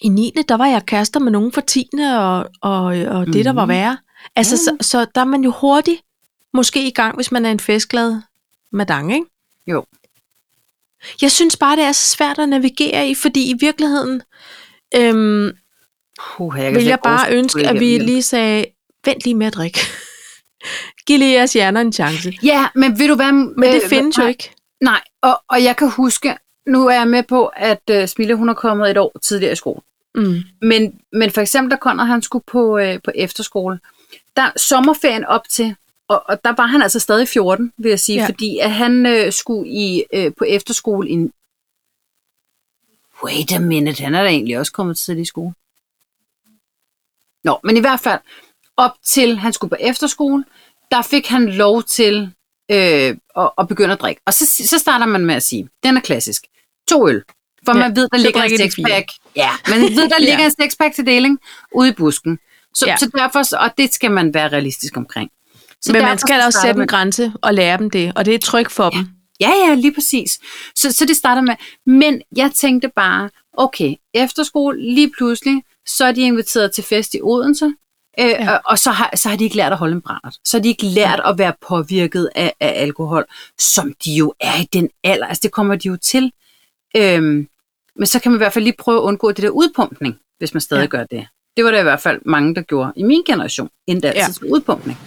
S1: i 9. der var jeg kærester med nogen for 10. og, og, og det, der var
S2: Mhm.
S1: værre. Altså,
S2: Ja.
S1: så, så der er man jo hurtigt måske i gang, hvis man er en festglad madang, ikke?
S2: Jo.
S1: Jeg synes bare, det er så svært at navigere i, fordi i virkeligheden øhm,
S2: Puh, jeg kan
S1: vil
S2: slet
S1: jeg
S2: ikke
S1: bare
S2: overskue
S1: ønske,
S2: det
S1: at vi
S2: igennem.
S1: lige sagde, vent lige med at drikke. [laughs] Giv lige jeres hjerner en chance.
S2: Ja, men ved du hvad...
S1: Men det
S2: øh,
S1: findes jo
S2: nej,
S1: ikke.
S2: Nej, og, og jeg kan huske, nu er jeg med på, at uh, Smille hun er kommet et år tidligere i skole.
S1: Mm.
S2: Men, men for eksempel, da Conrad han skulle på, øh, på efterskole, der sommerferien op til, og, og der var han altså stadig 14, vil jeg sige,
S1: Ja.
S2: ja. fordi at han øh, skulle i øh, på efterskole i... en- Wait a minute, han er da egentlig også kommet tidligt i skole. Nå, men i hvert fald, op til han skulle på efterskole, der fik han lov til øh, at, at begynde at drikke. Og så, så starter man med at sige, den er klassisk, to øl. For
S1: Ja,
S2: ja, man ved, der
S1: så
S2: ligger en
S1: drikker de fire.
S2: sexpack. Ja, man ved, der
S1: [laughs] Ja.
S2: ligger en sexpack til deling ude i busken. Så,
S1: Ja.
S2: ja. så derfor, så- og det skal man være realistisk omkring. Så
S1: Så Men
S2: derfor
S1: man skal
S2: så
S1: også
S2: starter
S1: sætte en
S2: man-
S1: grænse og lære dem det, og det er tryk for dem.
S2: Ja, ja, lige præcis. Så, så det starter med. Men jeg tænkte bare, okay, efterskole, lige pludselig, så er de inviteret til fest i Odense, øh,
S1: Ja.
S2: ja. og, og så, har, så har de ikke lært at holde en brændert. Så har de ikke lært at være påvirket af, af alkohol, som de jo er i den alder. Altså, det kommer de jo til. Øhm, men så kan man i hvert fald lige prøve at undgå det der udpumpning, hvis man stadig
S1: Ja.
S2: ja. gør det. Det var der i hvert fald mange, der gjorde i min generation, endda
S1: Ja.
S2: ja. til udpumpning.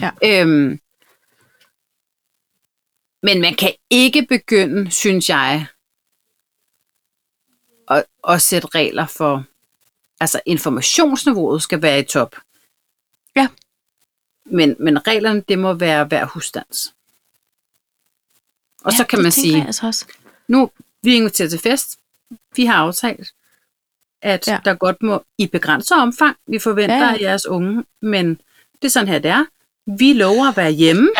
S1: Ja.
S2: Øhm, men man kan ikke begynde, synes jeg, at, at sætte regler for, altså informationsniveauet skal være i top.
S1: Ja.
S2: Men, men reglerne, det må være hver husstands. Og ja, så kan
S1: det
S2: man
S1: tænker
S2: sige,
S1: Jeg altså også.
S2: nu vi er inviteret til fest. Vi har aftalt, at
S1: Ja.
S2: ja. der godt må i begrænset omfang. Vi forventer
S1: Ja,
S2: ja.
S1: ja.
S2: af jeres unge, men det er sådan her, det er. Vi lover at være hjemme.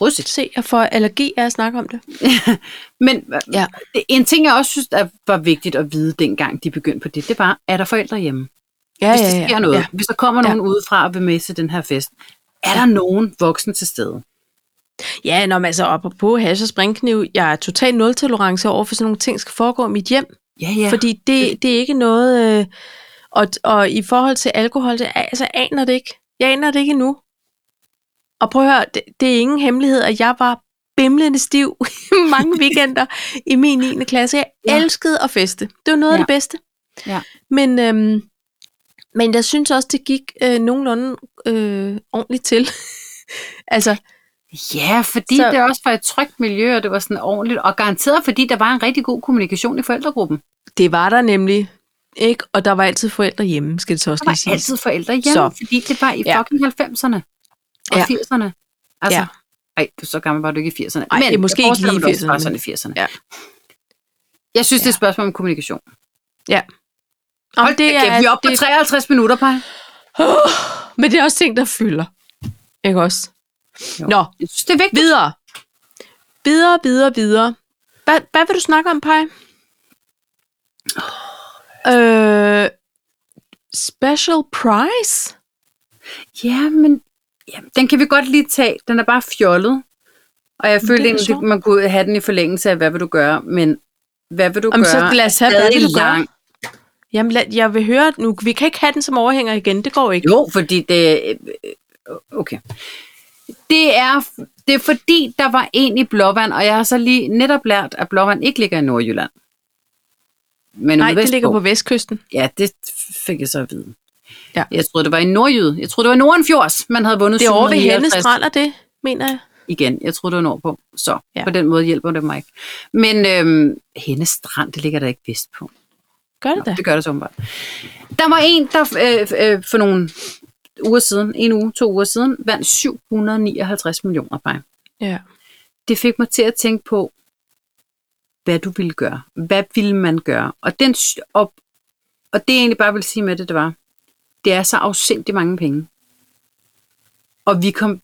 S2: Russet.
S1: Se, jeg får allergi af at snakke om det.
S2: Men
S1: Ja.
S2: ja. en ting, jeg også synes, der var vigtigt at vide, dengang de begyndte på det, det var, er der forældre hjemme?
S1: Ja,
S2: Hvis der sker noget,
S1: Ja.
S2: hvis der kommer
S1: Ja.
S2: nogen udefra og vil med til den her fest, er der nogen voksen til stede?
S1: ja, når man så op og på hash og springkniv, jeg er total nul-tolerance over for sådan nogle ting, skal foregå i mit hjem.
S2: Ja, ja.
S1: Ja. Fordi det, det er ikke noget... Øh, og, og i forhold til alkohol, det, er- altså jeg aner det ikke. Jeg aner det ikke endnu. Og prøv at høre, det, det er ingen hemmelighed, at jeg var bimlende stiv [laughs] i mange weekender i min 9. klasse. Jeg ja.
S2: Ja.
S1: elskede at feste. Det var noget ja. af
S2: Ja.
S1: det bedste.
S2: Ja.
S1: Men, øhm, men jeg synes også, det gik øh, nogenlunde øh, ordentligt til. [laughs] altså,
S2: Ja, fordi
S1: Så-
S2: så... det også var et trygt miljø, og det var sådan ordentligt, og garanteret, fordi der var en rigtig god kommunikation i forældregruppen.
S1: det var der nemlig. Ikke? Og der var altid forældre hjemme, skal det så også lige
S2: Der var
S1: siges.
S2: altid forældre hjemme,
S1: Så.
S2: så. fordi det var i
S1: Ja.
S2: fucking 90'erne og
S1: Ja.
S2: 80'erne. Altså,
S1: Ja.
S2: ej, så gammel var du ikke i 80'erne.
S1: Ej, det er måske
S2: jeg
S1: ikke lige
S2: forestiller mig, det også
S1: 80'erne,
S2: var sådan
S1: men-
S2: i 80'erne.
S1: Ja.
S2: Jeg synes, det er et spørgsmål om kommunikation.
S1: Om
S2: Hold det, er, vi er oppe på
S1: det-
S2: 53 minutter, Paj.
S1: Oh, men det er også ting, der fylder. Ikke også? Jo.
S2: Jo.
S1: Nå,
S2: Jeg synes, det er vigtigt.
S1: videre. Videre, videre, videre. Hvad, hvad vil du snakke om, Paj? Øh, special prize?
S2: Ja, men ja, den kan vi godt lige tage. Den er bare fjollet. Og jeg
S1: Men det
S2: følte
S1: er
S2: egentlig,
S1: sjovt.
S2: at man kunne have den i forlængelse af, hvad vil du gøre, men hvad vil du
S1: Jamen,
S2: gøre?
S1: så lad os have,
S2: er
S1: hvad vil
S2: stadig
S1: du gøre?
S2: lang.
S1: Jamen, lad, jeg vil høre nu. Vi kan ikke have den som overhænger igen. Det går ikke.
S2: Jo, fordi det... øh, øh, Okay. Det er, det er fordi, der var en i Blåvand, og jeg har så lige netop lært, at Blåvand ikke ligger i Nordjylland. Men
S1: Nej,
S2: ude
S1: det
S2: vestpå.
S1: ligger på vestkysten.
S2: Ja, det fik jeg så at vide.
S1: Ja.
S2: Jeg troede, det var i Nordjyd. Jeg troede, det var Nordenfjords, man havde vundet
S1: Det er over ved
S2: 759
S1: Hennes Strand, er det, mener jeg.
S2: igen. Jeg troede, det var nordpå. Så
S1: Ja.
S2: ja. på den måde hjælper det mig ikke. Men øhm, Hendes Strand, det ligger der ikke vest på.
S1: Gør det
S2: Nå,
S1: da.
S2: Det gør det så åbenbart. Der var en, der øh, øh, for nogle uger siden, en uge, to uger siden, vandt 759 millioner bare.
S1: Ja.
S2: Det fik mig til at tænke på, hvad du ville gøre. Hvad ville man gøre? Og, den, s- og, og det jeg egentlig bare vil sige med det, det var, det er så afsindig mange penge. Og vi kom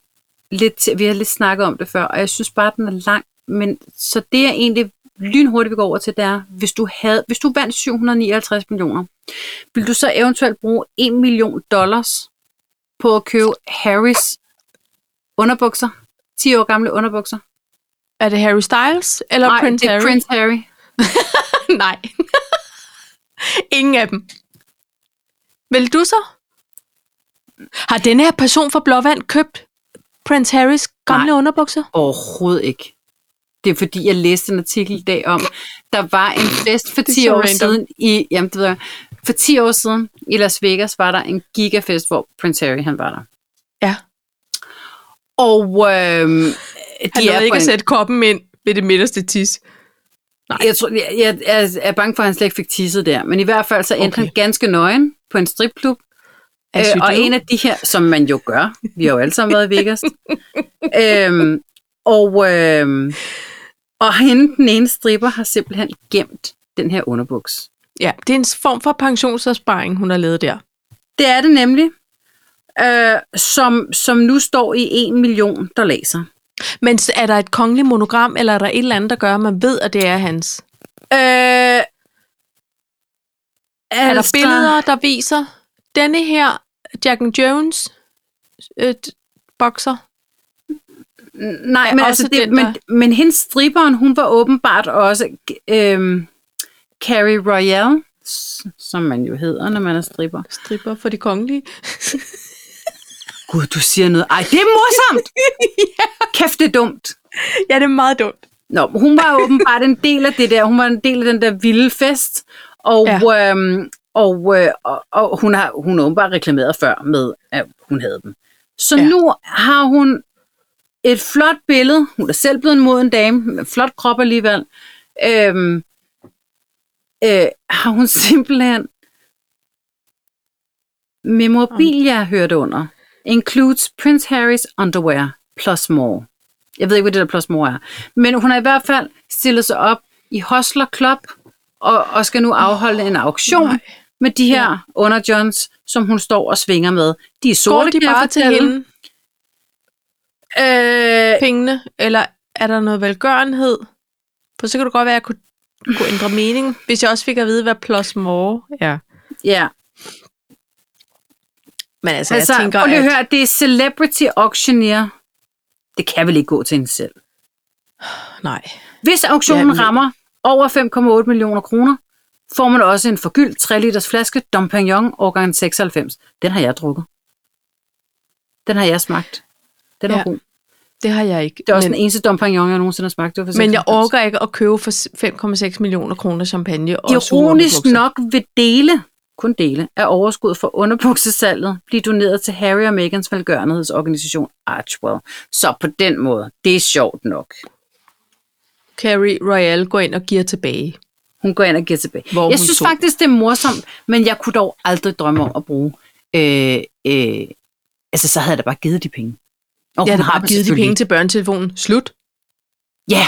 S2: lidt til, vi har lidt snakket om det før, og jeg synes bare, den er lang. Men så det jeg egentlig lynhurtigt vil gå over til, det er, hvis du, havde, hvis du vandt 759 millioner, vil du så eventuelt bruge 1 million dollars på at købe Harrys underbukser. 10 år gamle underbukser.
S1: Er det Harry Styles eller
S2: Nej,
S1: Prince
S2: det er
S1: Harry?
S2: Prince Harry.
S1: [laughs] Nej. Ingen af dem. Vil du så? Har denne her person fra Blåvand købt Prince Harrys gamle Nej. underbukser?
S2: Overhovedet ikke. Det er fordi, jeg læste en artikel i dag om, der var en fest for
S1: Det er
S2: 10
S1: så
S2: år
S1: random.
S2: siden i, jamen, det ved jeg, for 10 år siden i Las Vegas var der en gigafest, hvor Prince Harry han var der.
S1: Ja.
S2: Og øhm, de
S1: Han nåede
S2: på
S1: ikke at
S2: en-
S1: sætte koppen ind ved det midterste tis.
S2: Jeg, tror, jeg, jeg, jeg er bange for, at han slet ikke fik tisset der. Men i hvert fald så endte
S1: Okay.
S2: okay. han ganske nøgen på en stripklub.
S1: As you
S2: Øh, og
S1: do.
S2: en af de her, som man jo gør. Vi har jo alle sammen været
S1: [laughs]
S2: i Vegas. øhm, og, øhm, og hende, den ene stripper, har simpelthen gemt den her underbuks.
S1: Ja, det er en form for pensionsopsparing, hun har lavet der.
S2: Det er det nemlig, øh, som, som nu står i 1 million dollar.
S1: Men s- er der et kongeligt monogram, eller er der et eller andet, der gør, at man ved, at det er hans?
S2: Øh,
S1: Er
S2: Altså,
S1: der billeder, der viser denne her Jack and Jones øh, t- bokser?
S2: Nej, men,
S1: også
S2: altså det,
S1: den,
S2: men, men hendes stripperen, hun var åbenbart også øhm, Carrie Royale, s- som man jo hedder, når man er stripper.
S1: Stripper for de kongelige.
S2: Gud, du siger noget. Ej, det er morsomt! Kæft, det er dumt.
S1: [laughs] ja, det er meget dumt.
S2: Nå, men hun var åbenbart en del af det der. Hun var en del af den der vilde fest. Og, ja. øhm, og, øh, og, og hun har hun har åbenbart reklameret før med, at hun havde dem. Så
S1: Ja.
S2: ja. nu har hun et flot billede. Hun er selv blevet en moden dame, med en flot krop alligevel. Øhm, øh, har hun [laughs] simpelthen memorabilia hørt under. Includes Prince Harrys underwear plus more. Jeg ved ikke, hvad det der plus more er. Men hun har i hvert fald stillet sig op i Hostler Club, og, og skal nu afholde en auktion
S1: Nej.
S2: Nej. med de her ja. underjohns, som hun står og svinger med. De er
S1: Går
S2: sorte,
S1: de
S2: kan jeg
S1: bare til
S2: fortælle.
S1: hende,
S2: Øh,
S1: pengene? Eller er der noget velgørenhed? For så kan du godt være, at jeg kunne, kunne ændre mening, hvis jeg også fik at vide, hvad plus more er.
S2: ja.
S1: Men altså,
S2: Altså,
S1: jeg tænker,
S2: prøv lige
S1: at...
S2: at høre, det er celebrity auctioneer. Det kan vel ikke gå til hende selv.
S1: Nej.
S2: Hvis auktionen
S1: Jamen-
S2: rammer over 5,8 millioner kroner, får man også en forgyldt 3 liters flaske Dom Pignon årgang 96. Den har jeg drukket. Den har jeg smagt. Den er
S1: Ja,
S2: ja, god.
S1: Det har jeg ikke.
S2: Det er også
S1: men,
S2: den eneste Dom Pignon, jeg nogensinde har smagt. Det var for
S1: men jeg
S2: 96.
S1: orker ikke at købe for 5,6 millioner kroner champagne. Og sure
S2: Ironisk
S1: underbukser.
S2: nok vil dele, kun dele, af overskuddet for underbuksesalget blive doneret til Harry og Megans velgørenhedsorganisation Archwell. Så på den måde, det er sjovt nok.
S1: Carrie Royal går ind og giver tilbage.
S2: Hun går ind og giver tilbage.
S1: Hvor
S2: Hvor jeg
S1: hun
S2: synes
S1: tog.
S2: faktisk, det er morsomt, men jeg kunne dog aldrig drømme om at bruge... Øh, øh, altså, så havde jeg da bare givet de penge. Og
S1: Jeg
S2: hun
S1: har
S2: har
S1: bare
S2: dem
S1: givet de
S2: selvfølgelig.
S1: penge til børnetelefonen. Slut.
S2: Ja,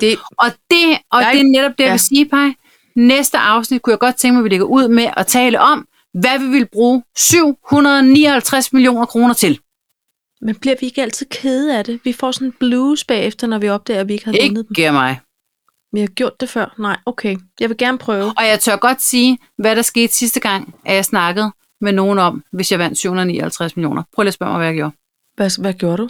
S1: Det,
S2: og det, og
S1: Jeg-
S2: det er netop det, jeg
S1: ja.
S2: vil sige, Paj. Næste afsnit kunne jeg godt tænke mig, at vi lægger ud med at tale om, hvad vi vil bruge 759 millioner kroner til.
S1: men bliver vi ikke altid kede af det? Vi får sådan en blues bagefter, når vi opdager, at vi ikke har vundet dem.
S2: Ikke mig.
S1: Vi har gjort det før. Nej, okay. Jeg vil gerne prøve.
S2: Og jeg tør godt sige, hvad der skete sidste gang, at jeg snakkede med nogen om, hvis jeg vandt 759 millioner. Prøv lige at spørge mig, hvad jeg gjorde.
S1: Hvad, hvad gjorde du?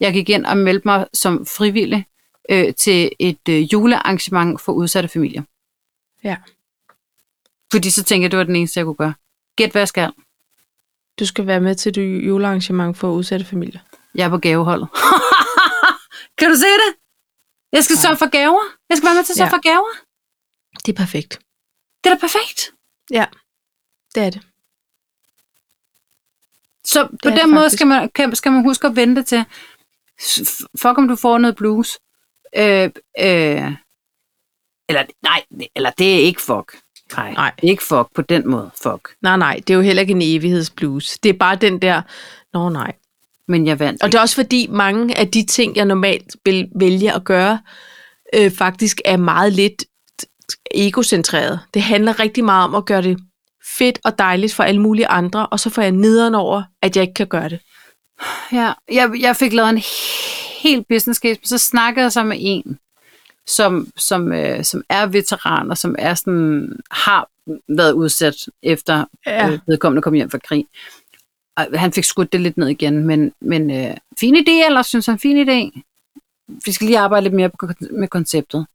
S2: Jeg gik ind og meldte mig som frivillig øh, til et øh, julearrangement for udsatte familier.
S1: Ja.
S2: Fordi så tænkte jeg, det var den eneste, jeg kunne gøre. Gæt, hvad jeg skal.
S1: Du skal være med til det julearrangement for udsatte familier.
S2: Jeg er på gaveholdet. [laughs] kan du se det? Jeg skal sørge for gaver. Jeg skal være med til at sørge
S1: Ja.
S2: ja. for gaver.
S1: Det er perfekt.
S2: Det er da perfekt.
S1: Ja, det er det.
S2: Så på
S1: er det
S2: den måde
S1: faktisk.
S2: skal man, kan, skal man huske at vente til, f- fuck om du får noget blues. Øh, øh, eller nej, eller det er ikke fuck. Nej,
S1: Nej.
S2: ikke fuck på den måde, fuck.
S1: Nej, nej, det er jo heller ikke en evighedsblues. Det er bare den der, nå nej.
S2: Men jeg vandt.
S1: Og det er også fordi mange af de ting, jeg normalt vil vælge at gøre, øh, faktisk er meget lidt egocentreret. Det handler rigtig meget om at gøre det fedt og dejligt for alle mulige andre, og så får jeg nederen over, at jeg ikke kan gøre det.
S2: Ja, jeg, jeg fik lavet en helt business case, men så snakkede jeg så med en, som, som, øh, som er veteran, og som er sådan, har været udsat efter
S1: Ja.
S2: øh, ja. øh, vedkommende kom hjem fra krig. og han fik skudt det lidt ned igen, men, men øh, fin idé, eller synes han fin idé? Vi skal lige arbejde lidt mere på kon- med konceptet.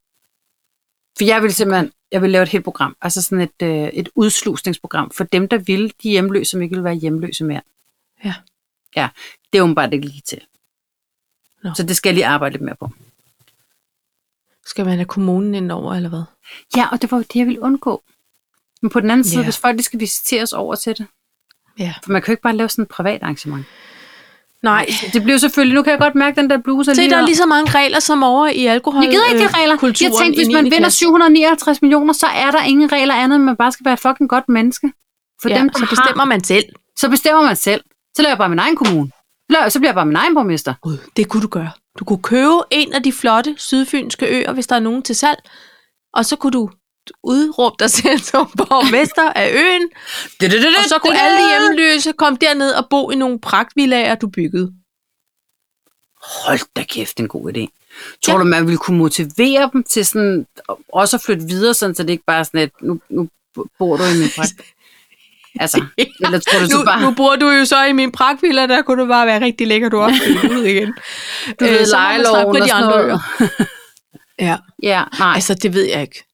S2: For jeg vil simpelthen jeg vil lave et helt program, altså sådan et, øh, et udslusningsprogram for dem, der ville, de hjemløse, som ikke vil være hjemløse mere.
S1: Ja.
S2: Ja, det er åbenbart ikke lige til.
S1: Nå.
S2: Så det skal jeg lige arbejde lidt mere på.
S1: Skal man have kommunen ind over, eller hvad?
S2: Ja, og det var jo det, jeg ville undgå. Men på den anden side,
S1: Ja.
S2: hvis folk de skal visiteres over til det,
S1: Ja.
S2: for man kan jo ikke bare lave sådan et privat arrangement.
S1: Nej.
S2: Det bliver selvfølgelig, nu kan jeg godt mærke den der bluse er
S1: Se, der er
S2: op.
S1: lige så mange regler som over i alkohol.
S2: Jeg gider ikke de
S1: øh,
S2: regler.
S1: kulturen
S2: jeg tænkte,
S1: i
S2: hvis man
S1: 9.
S2: vinder
S1: klasse.
S2: 759 millioner, så er der ingen regler andet, end man bare skal være et fucking godt menneske. For
S1: ja,
S2: dem, der
S1: så bestemmer
S2: har,
S1: man selv.
S2: så bestemmer man selv. Så laver jeg bare min egen kommune. Så laver- Så bliver jeg bare min egen borgmester.
S1: Gud, det kunne du gøre. Du kunne købe en af de flotte sydfynske øer, hvis der er nogen til salg, og så kunne du udråbe dig selv som [laughs] borgmester af øen, og så kunne alle de hjemløse komme derned og bo i nogle pragtvillager, du byggede.
S2: Hold da kæft, det er en god idé.
S1: Ja.
S2: Tror ja. du, man ville kunne motivere dem til sådan, også at flytte videre, sådan, så det ikke bare er sådan, at nu, nu bor du i min
S1: [laughs]
S2: prægt? Altså, eller tror du,
S1: Nu,
S2: du bare...
S1: nu bor du jo så i min pragtvilla, der kunne du bare være rigtig lækker, du [laughs] opfyldte ud igen. Øh,
S2: Du ved, lejeloven og sådan noget.
S1: Ja,
S2: Ja, nej.
S1: altså det ved jeg ikke.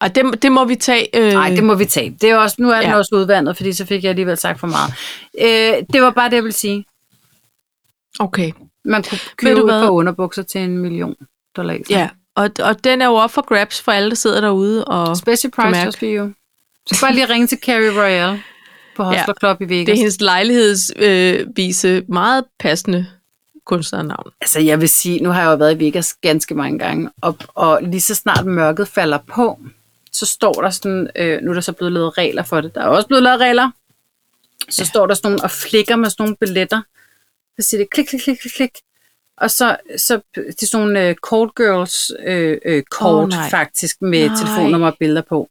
S1: Og det, det må vi tage... Øh,
S2: Nej, det må vi tabe. Det er også, nu er den
S1: Ja.
S2: ja. også udvandet, fordi så fik jeg alligevel sagt for meget. Øh, det var bare det, jeg ville sige.
S1: Okay,
S2: Man kunne
S1: Ved
S2: købe
S1: du
S2: et
S1: hvad?
S2: par underbukser til en million dollar. ekstra.
S1: ja. Og, og den er jo op for grabs for alle, der sidder derude og...
S2: Special
S1: Kan
S2: price
S1: mærke.
S2: just for you. Så bare lige ringe til Carrie Royale på Hustler Club i Vegas.
S1: Det er hendes lejlighedsvise øh, vise meget passende kunstnernavn.
S2: Altså, jeg vil sige, nu har jeg jo været i Vegas ganske mange gange, og, og lige så snart mørket falder på, så står der sådan, øh, nu er der så blevet lavet regler for det, der er også blevet lavet regler, så ja. står der sådan nogle, og flikker med sådan nogle billetter, så siger det klik, klik, klik, klik, klik, og så, så det er sådan nogle øh, call girls øh, øh,
S1: Åh,
S2: kort
S1: nej.
S2: oh, faktisk, med
S1: Nej.
S2: nej. telefonnummer og billeder på.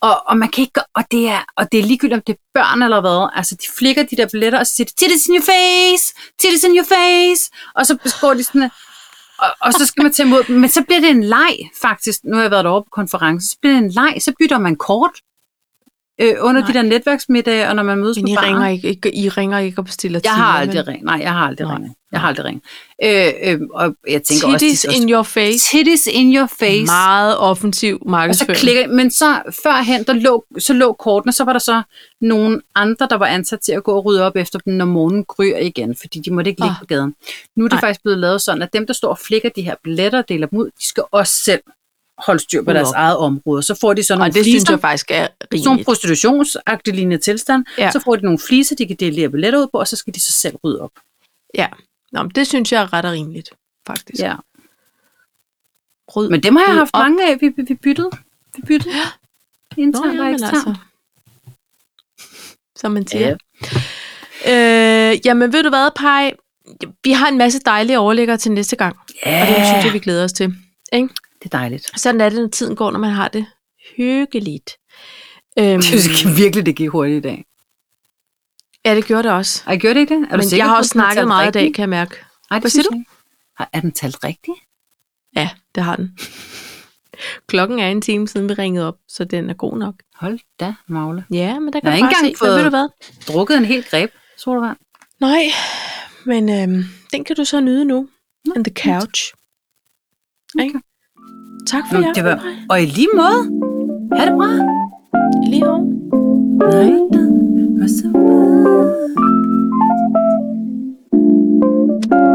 S2: Og, og man kan ikke, og det, er, og det er ligegyldigt, om det er børn eller hvad. Altså, de flikker de der billetter, og så siger de, titties in your face, titties in your face. Og så beskår de sådan, og, og så skal man tage imod dem. Men så bliver det en leg, faktisk. Nu har jeg været over på konference, så bliver det en leg, så bytter man kort øh, under
S1: Nej.
S2: Nej. de der netværksmiddage, og når man mødes
S1: Men
S2: på
S1: I
S2: baren.
S1: ringer, ikke, ikke, I ringer ikke og bestiller
S2: Jeg
S1: timer,
S2: har
S1: vel?
S2: aldrig ringet. Nej, jeg har aldrig
S1: Nej.
S2: ringet. Jeg har aldrig ringet. Øh, øh, og jeg tænker
S1: Titties
S2: også, de-
S1: in your face.
S2: titties in your face.
S1: Meget offensiv
S2: Og så
S1: markedsføring.
S2: klikker, men så førhen, der lå, så lå kortene, så var der så nogle andre, der var ansat til at gå og rydde op efter dem, når morgenen gryer igen, fordi de måtte ikke ligge
S1: Ah.
S2: på gaden. Nu er det
S1: Nej.
S2: faktisk blevet lavet sådan, at dem, der står og flikker de her billetter og deler dem ud, de skal også selv holde styr på
S1: Nå.
S2: deres eget område. Så får de sådan
S1: og
S2: nogle
S1: det synes
S2: fliser,
S1: jeg faktisk er
S2: sådan nogle
S1: rimeligt.
S2: prostitutionsagtige lignende tilstand.
S1: Ja.
S2: Ja. Så får de nogle fliser, de kan dele billetter ud på, og så skal de så selv rydde op.
S1: Ja. Nå, men det synes jeg er ret og rimeligt, faktisk.
S2: Ja.
S1: Rød.
S2: Men dem har jeg
S1: Rydde
S2: haft
S1: op.
S2: mange af. Vi, vi, vi byttede. Vi byttede.
S1: Nå,
S2: Internt
S1: ja,
S2: og
S1: men
S2: eksternt.
S1: altså. Som man siger. Ja. Øh, jamen, ved du hvad, Paj? Vi har en masse dejlige overlæggere til næste gang, og det synes jeg, vi glæder os til. Ikke?
S2: det er dejligt.
S1: Sådan er det, når tiden går, når man har det hyggeligt. [laughs] Øhm,
S2: virkelig, [laughs] det gik hurtigt i dag.
S1: ja, det gjorde det også.
S2: Har I gjort ikke det? Er du
S1: Men
S2: sikker,
S1: jeg har
S2: på,
S1: også
S2: at den
S1: snakket
S2: talt
S1: meget i dag,
S2: rigtigt?
S1: kan jeg mærke.
S2: Ej, det
S1: Hvad
S2: synes
S1: siger du?
S2: jeg ikke. Har- Er den talt rigtigt?
S1: Ja, det har [laughs] den. Klokken er en time siden, vi ringede op, så den er god nok.
S2: Hold da, Magle.
S1: Ja, men der kan
S2: Jeg
S1: jeg
S2: har ikke
S1: bare se.
S2: engang
S1: Fået...
S2: fået-
S1: Ved du hvad?
S2: Drukket en hel greb, solvand.
S1: Nej, men øhm, den kan du så nyde nu. On the couch. Okay. Tak for
S2: Nå,
S1: jer.
S2: det var... Og i lige måde. Ha' det bra.
S1: Lige over.
S2: Nej, da. Og så meget.